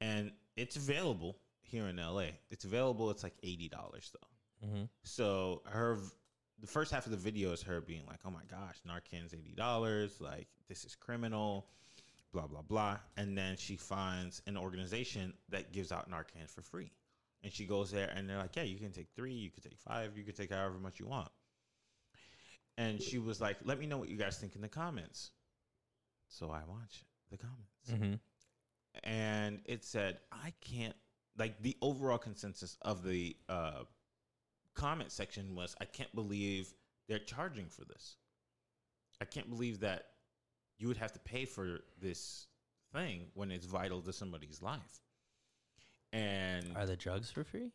S2: And it's available here in LA. It's available, it's like $80 though.
S1: Mhm.
S2: So her, v- the first half of the video is her being like, oh my gosh, Narcan's $80. Like, this is criminal, blah, blah, blah. And then she finds an organization that gives out Narcan for free. And she goes there and they're like, yeah, you can take three, you can take five, you can take however much you want and she was like, "Let me know what you guys think in the comments." So I watch the comments,
S1: Mm-hmm.
S2: and it said, "I can't." Like the overall consensus of the uh, comment section was, "I can't believe they're charging for this. I can't believe that you would have to pay for this thing when it's vital to somebody's life." And
S1: Are the drugs for free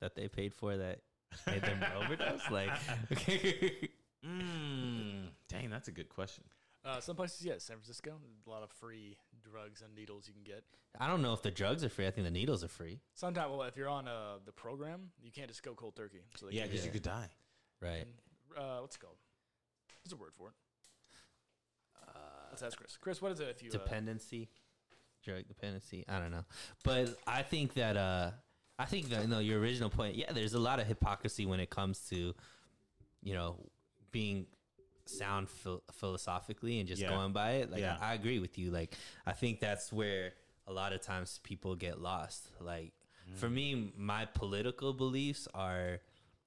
S1: that they paid for that made them overdose? Like, okay.
S2: mm, dang, that's a good question.
S4: Uh, some places, yes, San Francisco, a lot of free drugs and needles you can get.
S1: I don't know if the drugs are free. I think the needles are free.
S4: Sometimes, well, if you're on uh, the program, you can't just go cold turkey. So they
S2: Yeah,
S4: give you-
S2: because you could die.
S1: Right.
S4: uh, what's it called? There's a word for it. Let's ask Chris. Chris, what is it if you uh,
S1: dependency drug dependency i don't know but i think that uh i think that no your original point yeah there's a lot of hypocrisy when it comes to you know being sound phil- philosophically and just
S2: Yeah.
S1: going by it like
S2: Yeah.
S1: I, I agree with you like i think that's where a lot of times people get lost like for
S4: Mm.
S1: me my political beliefs are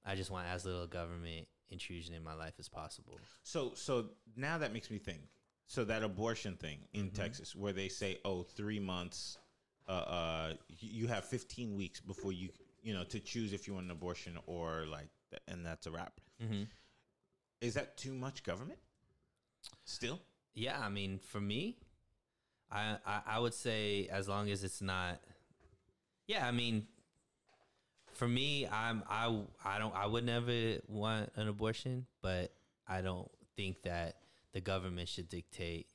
S1: i just want as little government intrusion in my life as possible
S2: So so now that makes me think. So that abortion thing in
S1: Mm-hmm.
S2: Texas, where they say, "Oh, three months, uh, uh, y- you have 15 weeks before you, you know, to choose if you want an abortion or like, th- and that's a wrap."
S1: Mm-hmm.
S2: Is that too much government? Still,
S1: Yeah, I mean, for me, I, I I would say as long as it's not. Yeah, I mean, for me, I'm I I don't I would never want an abortion, but I don't think that the government should dictate.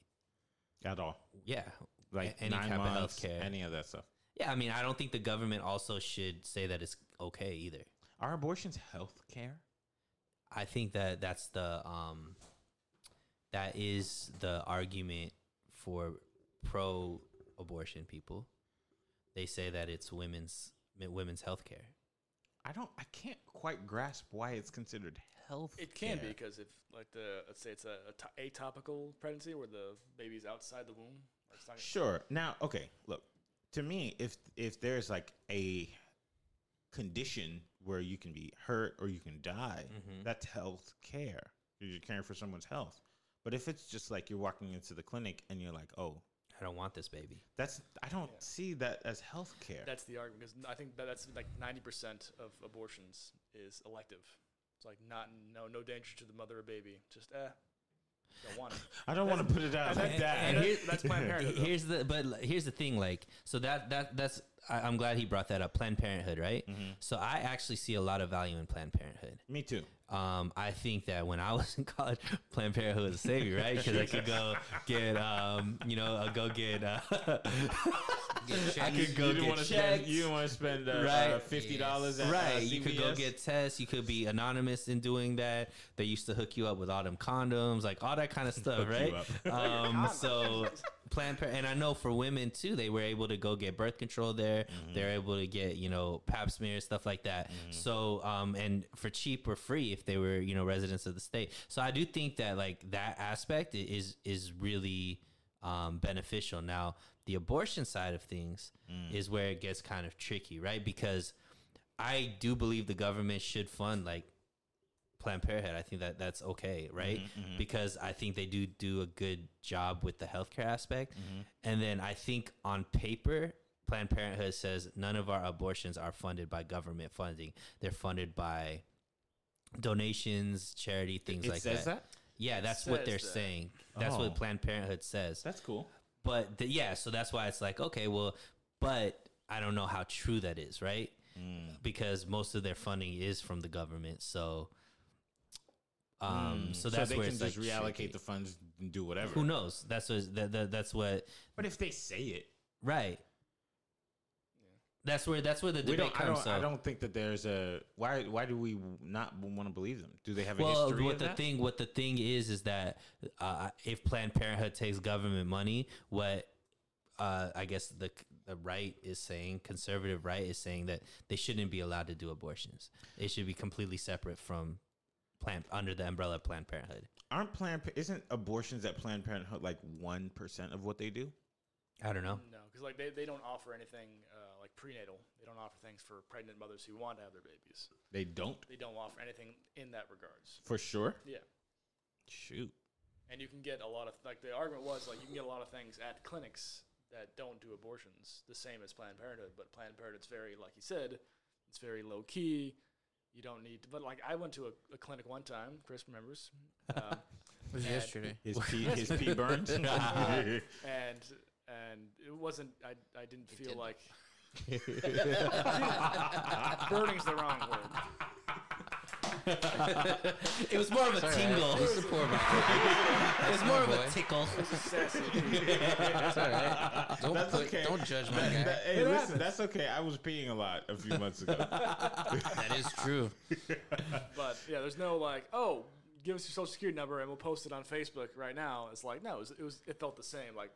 S2: at all.
S1: Yeah,
S2: Like
S1: any
S2: nine
S1: type
S2: months,
S1: of healthcare.
S2: any of that stuff.
S1: yeah, I mean, I don't think the government also should say that it's okay either.
S2: Are abortions health care?
S1: I think that that's the um that is the argument for pro abortion people. They say that it's women's women's health care.
S2: I don't. I can't quite grasp why it's considered health.
S4: It can be because if like the let's say it's a, a to- atopical pregnancy where the baby's outside the womb. like, It's not gonna-
S2: Sure. Now, okay. Look, to me, if if there's like a condition where you can be hurt or you can die, that's health care. You're caring for someone's health. But if it's just like you're walking into the clinic and you're like, oh,
S1: I don't want this baby.
S2: that's I don't see that as health care.
S4: That's the argument because I think that that's like ninety percent of abortions is elective. It's like not no no danger to the mother or baby. Just eh, don't want it.
S2: I don't want to put it out like
S4: and-
S2: that.
S4: and that's- that's Planned Parenthood. though.
S1: Here's the but l- here's the thing like so that that that's I, I'm glad he brought that up Planned Parenthood right so I actually see a lot of value in Planned Parenthood
S2: me too.
S1: um, I think that when I was in college, Planned Parenthood was a savior, right? Because I could go get, um, you know, i go get, uh, I could go
S2: you didn't
S1: get
S2: want to spend.
S1: checks,
S2: You didn't want to spend uh,
S1: Right.
S2: uh, fifty dollars. at
S1: right?
S2: uh,
S1: you could go
S2: CVS.
S1: get tests. You could be anonymous in doing that. They used to hook you up with all them condoms, like all that kind of stuff, right?
S2: Hook
S1: Um, so Planned Parenthood, and I know for women too, they were able to go get birth control there.
S2: Mm-hmm.
S1: They're able to get you know Pap smear stuff like that. So um, and for cheap or free if they were you know residents of the state. So I do think that like that aspect i- is is really um, beneficial. Now the abortion side of things
S2: Mm.
S1: is where it gets kind of tricky, right? Because I do believe the government should fund like Planned Parenthood. I think that that's okay, right?
S2: Mm-hmm,
S1: Because I think they do do a good job with the healthcare aspect.
S2: Mm-hmm.
S1: And then I think on paper, Planned Parenthood says none of our abortions are funded by government funding. They're funded by donations, charity, things
S2: It
S1: like
S2: says that.
S1: Yeah, that's what
S4: says
S1: they're
S4: that.
S1: saying. That's
S2: Oh.
S1: what Planned Parenthood says
S2: That's cool.
S1: but the, yeah, so that's why it's like okay, well, but I don't know how true that is, right?
S2: Mm.
S1: Because most of their funding is from the government, so um, so
S2: Mm. So,
S1: that's
S2: they
S1: where
S2: can
S1: it's like
S2: just reallocate
S1: tricky.
S2: the funds and do whatever.
S1: Who knows? That's what that, that, that's what
S2: But if they say it,
S1: right. That's where that's where the
S2: we
S1: debate
S2: don't. I
S1: comes.
S2: don't.
S1: so.
S2: I don't think that there's a why. Why do we not want to believe them? Do they have a
S1: well,
S2: history
S1: what
S2: of
S1: the
S2: that?
S1: thing what the thing is is that uh, if Planned Parenthood takes government money, what uh, I guess the the right is saying, conservative right is saying that they shouldn't be allowed to do abortions. It should be completely separate from Planned under the umbrella of Planned Parenthood.
S2: Aren't Planned? Pa- Isn't abortions at Planned Parenthood like one percent of what they do?
S1: I don't know.
S4: No, because like they, they don't offer anything uh, like prenatal. They don't offer things for pregnant mothers who want to have their babies.
S2: They don't
S4: They don't offer anything in that regards.
S2: for sure.
S4: Yeah,
S2: Shoot.
S4: and you can get a lot of like the argument was like you can get a lot of things at clinics that don't do abortions, the same as Planned Parenthood. But Planned Parenthood's very like you said, it's very low key. You don't need, but like I went to a, a clinic one time. Chris remembers. Um,
S3: It was yesterday.
S2: His pee. his pee burns.
S4: and and it wasn't. I I didn't feel
S3: didn't.
S4: like burning's the wrong word.
S1: It was more of a tingle.
S3: It's the poor boy.
S1: It's more of
S3: boy.
S1: a tickle.
S4: Sassy.
S3: It's all right. Don't,
S2: That's
S3: put-
S2: okay.
S3: don't judge my
S2: That-
S3: guy.
S2: that- hey, listen, that's okay. I was peeing a lot a few months ago.
S3: That is true.
S4: But yeah, there's no like, oh, give us your social security number and we'll post it on Facebook right now. It's like, no, it was, it was it felt the same. Like,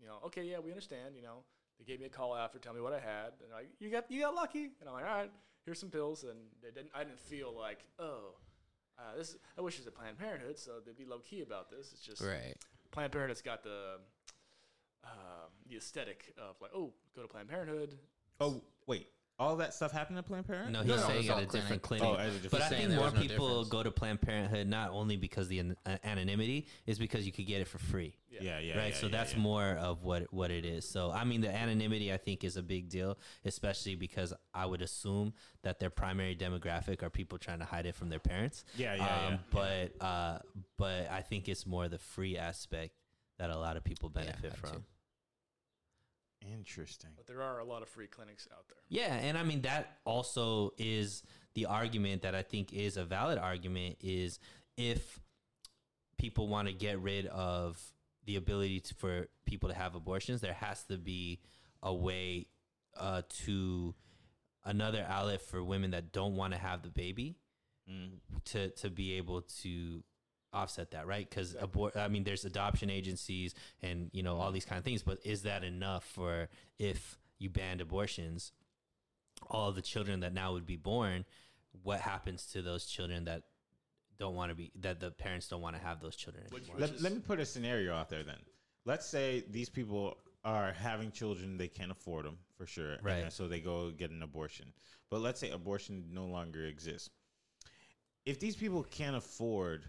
S4: you know, okay, yeah, we understand. You know, they gave me a call after, tell me what I had, and like, you got you got lucky, and I'm like, all right, here's some pills, and they didn't. I didn't feel like, oh. Uh, this I wish it was at Planned Parenthood, so they'd be low key about this. It's just
S3: Right.
S4: Planned Parenthood's got the um, the aesthetic of like, oh, go to Planned Parenthood.
S2: Oh wait, all that stuff happened at Planned Parenthood.
S1: No, he's saying
S3: it's
S1: at
S3: all
S1: a different clinic.
S2: Oh, at a different
S1: but I
S3: clinic.
S1: think
S3: Saying
S1: more
S3: there's no
S1: people
S3: difference.
S1: go to Planned Parenthood not only because the an- uh, anonymity is because you could get it for free.
S2: Yeah, yeah.
S1: right
S2: yeah,
S1: so
S2: yeah,
S1: that's
S2: yeah.
S1: more of what what it is so i mean the anonymity i think is a big deal especially because i would assume that their primary demographic are people trying to hide it from their parents
S2: Yeah, yeah, yeah.
S1: um, but uh but i think it's more the free aspect that a lot of people benefit
S3: that
S1: from
S3: too.
S2: Interesting.
S4: But there are a lot of free clinics out there.
S1: Yeah, and I mean that also is the argument that I think is a valid argument is if people want to get rid of the ability to, for people to have abortions, there has to be a way uh, to another outlet for women that don't want to have the baby
S2: Mm.
S1: to to be able to offset that right because abort i mean there's adoption agencies and you know all these kind of things but is that enough for if you banned abortions all the children that now would be born what happens to those children that don't want to be that the parents don't want to have those children
S4: Which-
S1: anymore?
S2: Let,
S4: is-
S2: let me put a scenario out there then. Let's say these people are having children, they can't afford them for sure. and
S1: Right.
S2: so they go get an abortion. But let's say abortion no longer exists. If these people can't afford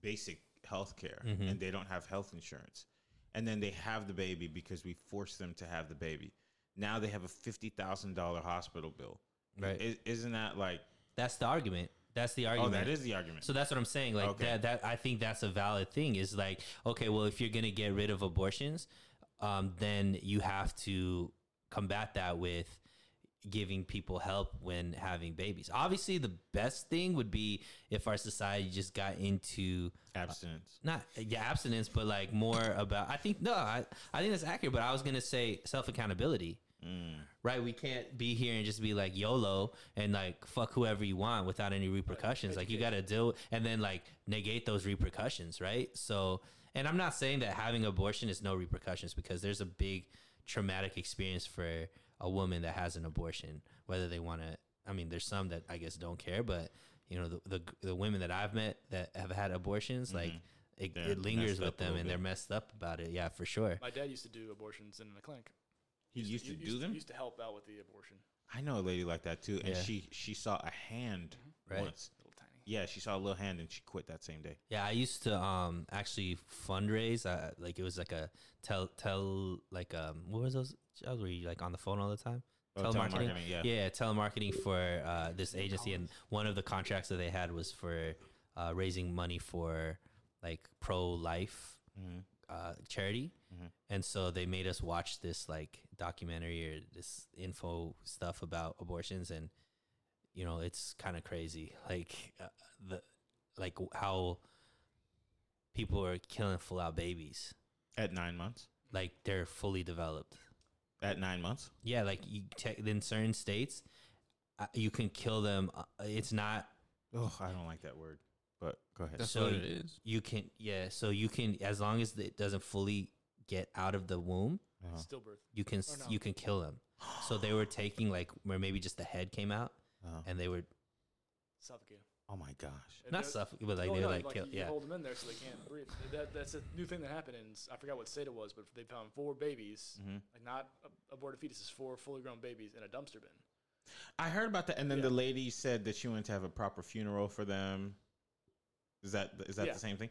S2: basic health care
S1: Mhm.
S2: and they don't have health insurance, and then they have the baby because we forced them to have the baby, now they have a $50,000 hospital bill.
S1: Right.
S2: I- isn't that like,
S1: that's the argument that's the argument
S2: oh, that is the argument.
S1: So that's what I'm saying. Like
S2: Okay.
S1: that, that I think that's a valid thing. Is like, okay, well, if you're gonna get rid of abortions, um, then you have to combat that with giving people help when having babies. Obviously, the best thing would be if our society just got into
S2: Abstinence.
S1: not yeah abstinence, but like more about. I think no, I I think that's accurate. But I was gonna say self accountability. Right, we can't be here and just be like YOLO and like fuck whoever you want without any repercussions. Like you got to deal and then like negate those repercussions, right? So, and I'm not saying that having abortion is no repercussions because there's a big traumatic experience for a woman that has an abortion, whether they want to. I mean, there's some that I guess don't care, but you know, the the, the women that I've met that have had abortions, like it,
S2: Mm-hmm. They're
S1: it lingers
S2: messed
S1: with
S2: up a
S1: them
S2: little
S1: and
S2: bit.
S1: they're messed up about it. Yeah, for sure.
S4: My dad used to do abortions in a clinic.
S2: He used to
S4: u-
S2: do them?
S4: Used to help out with the abortion.
S2: I know a lady like that too, and
S1: Yeah.
S2: she she saw a hand
S1: Right.
S2: once.
S4: Mm-hmm. Little tiny.
S2: Yeah, she saw a little hand, and she quit that same day.
S1: Yeah, I used to um actually fundraise. Uh, like it was like a tell tell like um what was those jobs where you like on the phone all the time?
S2: Oh, telemarketing, yeah.
S1: telemarketing for uh, this agency, and one of the contracts that they had was for uh, raising money for like pro life
S2: Mm-hmm.
S1: uh, charity, and so they made us watch this like documentary or this info stuff about abortions, and you know it's kind of crazy, like uh, the like w- how people are killing full out babies,
S2: At nine months.
S1: like they're fully developed.
S2: At nine months.
S1: Yeah, like you te- in certain states, uh, you can kill them. Uh, It's not
S2: Oh, I don't like that word, but go ahead.
S3: That's
S1: So
S3: what
S1: you-
S3: it is.
S1: you can. Yeah, so you can as long as it doesn't fully get out of the womb,
S2: Uh-huh.
S4: Stillbirth.
S1: you can s
S4: no.
S1: you can kill them. So they were taking like where maybe just the head came out,
S2: Uh-huh.
S1: and they were
S4: Suffocate.
S2: Oh my gosh.
S1: not
S4: suffocate.
S1: suffocating, but like
S4: Oh,
S1: they
S4: no,
S1: were like,
S4: like
S1: kill,
S4: you
S1: yeah.
S4: hold them in there so they can't breathe. That, that's a new thing that happened in s- I forgot what state it was, but they found four babies,
S1: Mm-hmm.
S4: like not ab- aborted fetuses, four fully grown babies in a dumpster bin.
S2: I heard about that, and then
S4: Yeah.
S2: the lady said that she wanted to have a proper funeral for them. Is that is that
S4: Yeah.
S2: the same thing?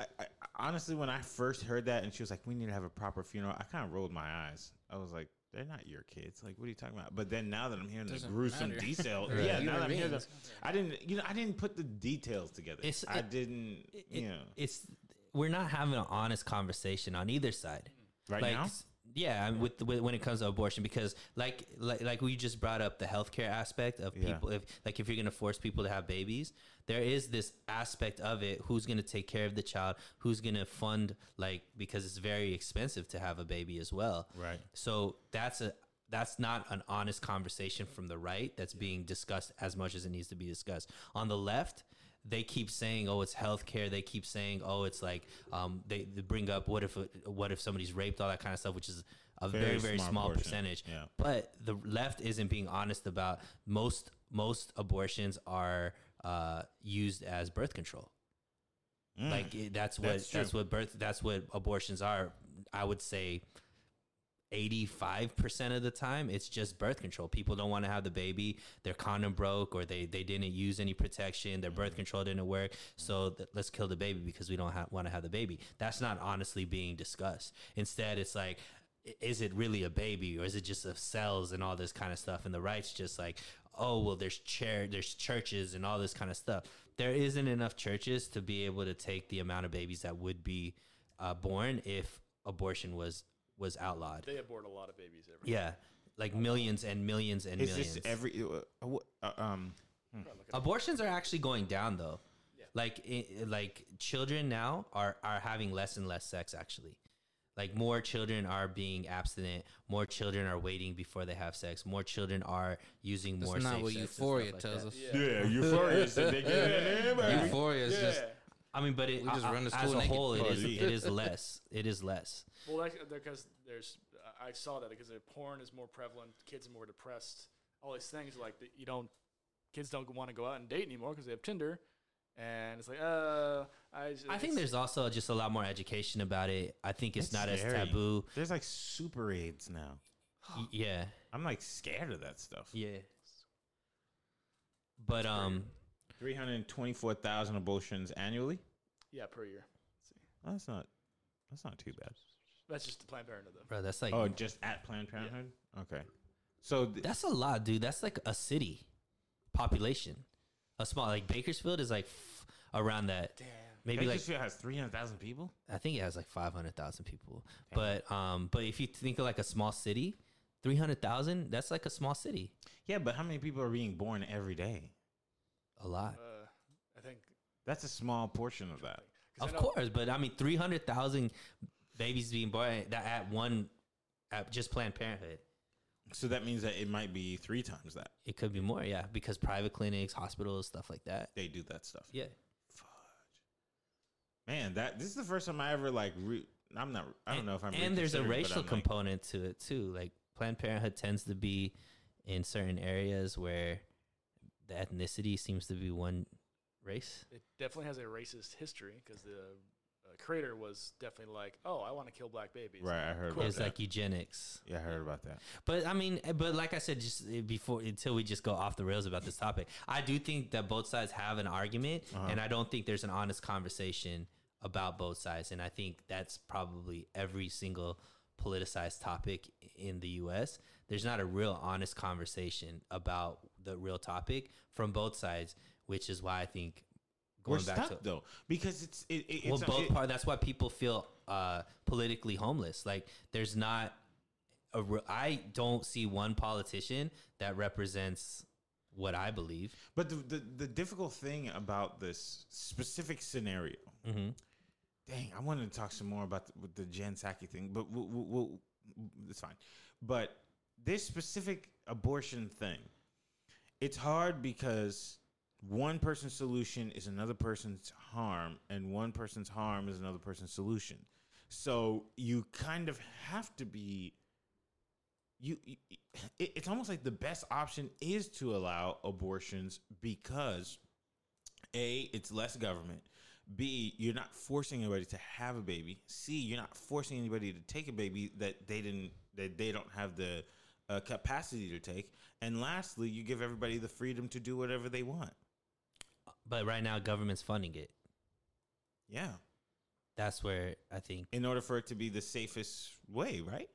S2: I, I, honestly, when I first heard that, and she was like, "We need to have a proper funeral," I kind of rolled my eyes. I was like, "They're not your kids. Like, what are you talking about?" But then now that I'm hearing
S3: Doesn't
S2: the gruesome
S3: matter.
S2: detail,
S1: Right.
S2: yeah,
S3: Human
S2: now that I'm hearing the,
S3: beings.
S2: I didn't, you know, I didn't put the details together.
S1: It's-
S2: I
S1: it-
S2: didn't,
S1: It-
S2: you know,
S1: It's we're not having an honest conversation on either side.
S2: right
S1: like,
S2: now.
S1: s- Yeah, I mean, with, with when it comes to abortion, because like like like we just brought up the healthcare aspect of
S2: Yeah.
S1: people. If like if you're gonna force people to have babies, there is this aspect of it. Who's gonna take care of the child? Who's gonna fund like because it's very expensive to have a baby as well.
S2: Right.
S1: So that's a that's not an honest conversation from the right that's being discussed as much as it needs to be discussed. On the left, they keep saying, "Oh, it's healthcare." They keep saying, "Oh, it's like um, they, they bring up what if what if somebody's raped, all that kind of stuff," which is a very
S2: Very
S1: very
S2: small
S1: small
S2: portion,
S1: percentage.
S2: yeah.
S1: But the left isn't being honest about most most abortions are uh, used as birth control.
S2: Mm.
S1: Like it- that's what
S2: That's
S1: that's,
S2: true.
S1: what birth that's what abortions are. I would say eighty five percent of the time it's just birth control. People don't want to have the baby. Their condom broke, or they they didn't use any protection. Their birth control didn't work. So th- let's kill the baby because we don't ha- want to have the baby. That's not honestly being discussed. Instead, it's like. i- Is it really a baby or is it just of cells and all this kind of stuff? And the right's just like, oh well there's chair there's churches and all this kind of stuff there isn't enough churches to be able to take the amount of babies that would be uh, born if abortion was was outlawed.
S4: They abort a lot of babies every.
S1: Yeah, like millions and millions and
S2: Is
S1: millions.
S2: this every? Uh, uh, what- uh, um,
S1: Abortions are actually going down though. Like i like children now are are having less and less sex actually. Like more children are being abstinent, more children are waiting before they have sex, more children are using
S3: That's
S1: more
S3: not
S1: safe
S3: what
S1: sex and stuff
S3: Euphoria
S1: like
S3: tells
S1: that.
S3: us.
S4: Yeah.
S2: yeah, euphoria. so they get in there, baby.
S3: Euphoria is just
S1: I mean, but it,
S3: We just
S1: I- I-
S3: run to
S1: as
S3: school
S1: a
S3: naked.
S1: whole, it is
S2: Party.
S1: it is less. It is less.
S4: Well, that's because there's I- I saw that because the porn is more prevalent, kids are more depressed. All these things like that you don't kids don't want to go out and date anymore because they have Tinder, and it's like uh I just,
S1: I think there's also just a lot more education about it. I think it's not as
S2: scary.
S1: taboo.
S2: There's like super aids now.
S1: Y- Yeah,
S2: I'm like scared of that stuff.
S1: yeah. But um,
S2: Three hundred twenty-four thousand abortions annually.
S4: yeah per year.
S2: Oh, that's not. That's not too bad.
S4: That's just the Planned Parenthood though.
S1: bro, that's like
S2: Oh, just at Planned Parenthood. Okay. So th-
S1: That's a lot, dude. That's like a city population. A small like Bakersfield is like f- around that. Damn. Maybe like
S2: Bakersfield has three hundred thousand people.
S1: I think it has like five hundred thousand people. But um, but if you think of like a small city, three hundred thousand. That's like a small city.
S2: Yeah, but how many people are being born every day?
S1: A lot,
S4: Uh, I think
S2: That's a small portion of that.
S4: Uh, 'cause I
S1: of
S4: know-
S1: course. But I mean, three hundred thousand babies being born that at one at just Planned Parenthood.
S2: So that means that it might be three times that
S1: It could be more, yeah, because private clinics, hospitals, stuff like that.
S2: they do that stuff.
S1: Yeah.
S2: Man, that this is the first time I ever like. Re- I'm not. I don't know if I'm.
S1: And there's a
S2: reconsidering, but
S1: racial
S2: I'm like-
S1: component to it too. Like Planned Parenthood tends to be in certain areas where the ethnicity seems to be one race.
S4: it definitely has a racist history because the uh, creator was definitely like, oh, I want to kill black babies.
S2: Right, I heard.
S4: Cool.
S2: About
S1: It's
S2: that.
S1: like eugenics.
S2: yeah, I heard about that.
S1: But I mean, eh, but like I said, just eh, before until we just go off the rails about this topic, I do think that both sides have an argument,
S2: Uh-huh.
S1: and I don't think there's an honest conversation about both sides, and I think that's probably every single politicized topic in the U.S. There's not a real honest conversation about the real topic from both sides, which is why I think
S2: We're
S1: going back
S2: stuck
S1: to
S2: though because it's it, it,
S1: well,
S2: it's
S1: both
S2: it-
S1: part. That's why people feel uh, politically homeless. Like there's not a. Re- I don't see one politician that represents what I believe.
S2: But the, the the difficult thing about this specific scenario,
S3: Mm-hmm.
S2: dang, I wanted to talk some more about the, with the Jan Psaki thing, but we'll, we'll, we'll, it's fine. But this specific abortion thing, it's hard because one person's solution is another person's harm, and one person's harm is another person's solution. So you kind of have to be you, you it, it's almost like the best option is to allow abortions because a it's less government b you're not forcing anybody to have a baby c you're not forcing anybody to take a baby that they didn't that they don't have the uh, capacity to take and lastly you give everybody the freedom to do whatever they want
S1: But right now, government's funding it.
S2: yeah
S1: That's where I think.
S2: in order for it to be the safest way right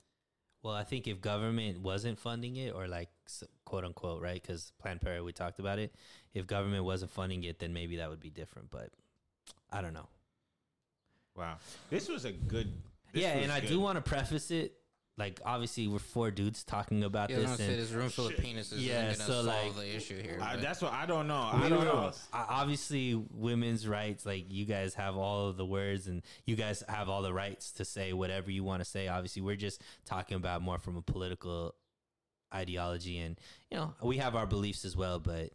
S1: Well, I think if government wasn't funding it, or like s- quote unquote, right? Because Planned Parenthood, we talked about it. If government wasn't funding it, then maybe that would be different. But I don't know.
S2: wow this was a good this
S1: yeah,
S2: was
S1: and I
S2: good.
S1: do want to preface it. Like obviously, we're four dudes talking about
S3: Yeah, I was
S1: this.
S3: gonna say
S1: and-
S3: this room full of penises
S1: Yeah,
S3: isn't gonna
S1: so,
S3: solve
S1: like,
S3: the issue here.
S2: I,
S3: but
S2: that's what i don't know i don't
S4: were-
S2: know
S1: O- obviously women's rights like you guys have all of the words and you guys have all the rights to say whatever you want to say obviously we're just talking about more from a political ideology and you know we have our beliefs as well but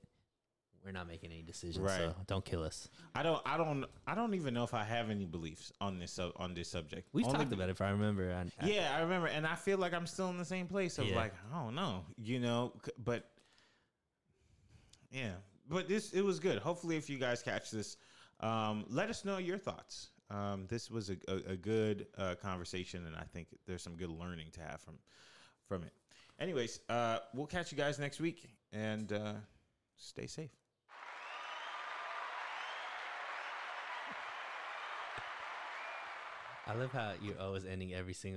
S1: we're not making any decisions so
S2: Right.
S1: don't kill us
S2: I don't, I don't, I don't even know if I have any beliefs on this sub on this subject.
S1: we've
S2: Only
S1: talked
S2: be-
S1: about it if i remember on,
S2: Yeah, I remember, and I feel like I'm still in the same place of
S1: Yeah.
S2: like I don't know, you know, c- but yeah, but this it was good. Hopefully, if you guys catch this, um, let us know your thoughts. Um, this was a, a, a good uh, conversation, and I think there's some good learning to have from from it. Anyways, uh, we'll catch you guys next week, and uh, stay safe.
S1: i love how you're always ending every single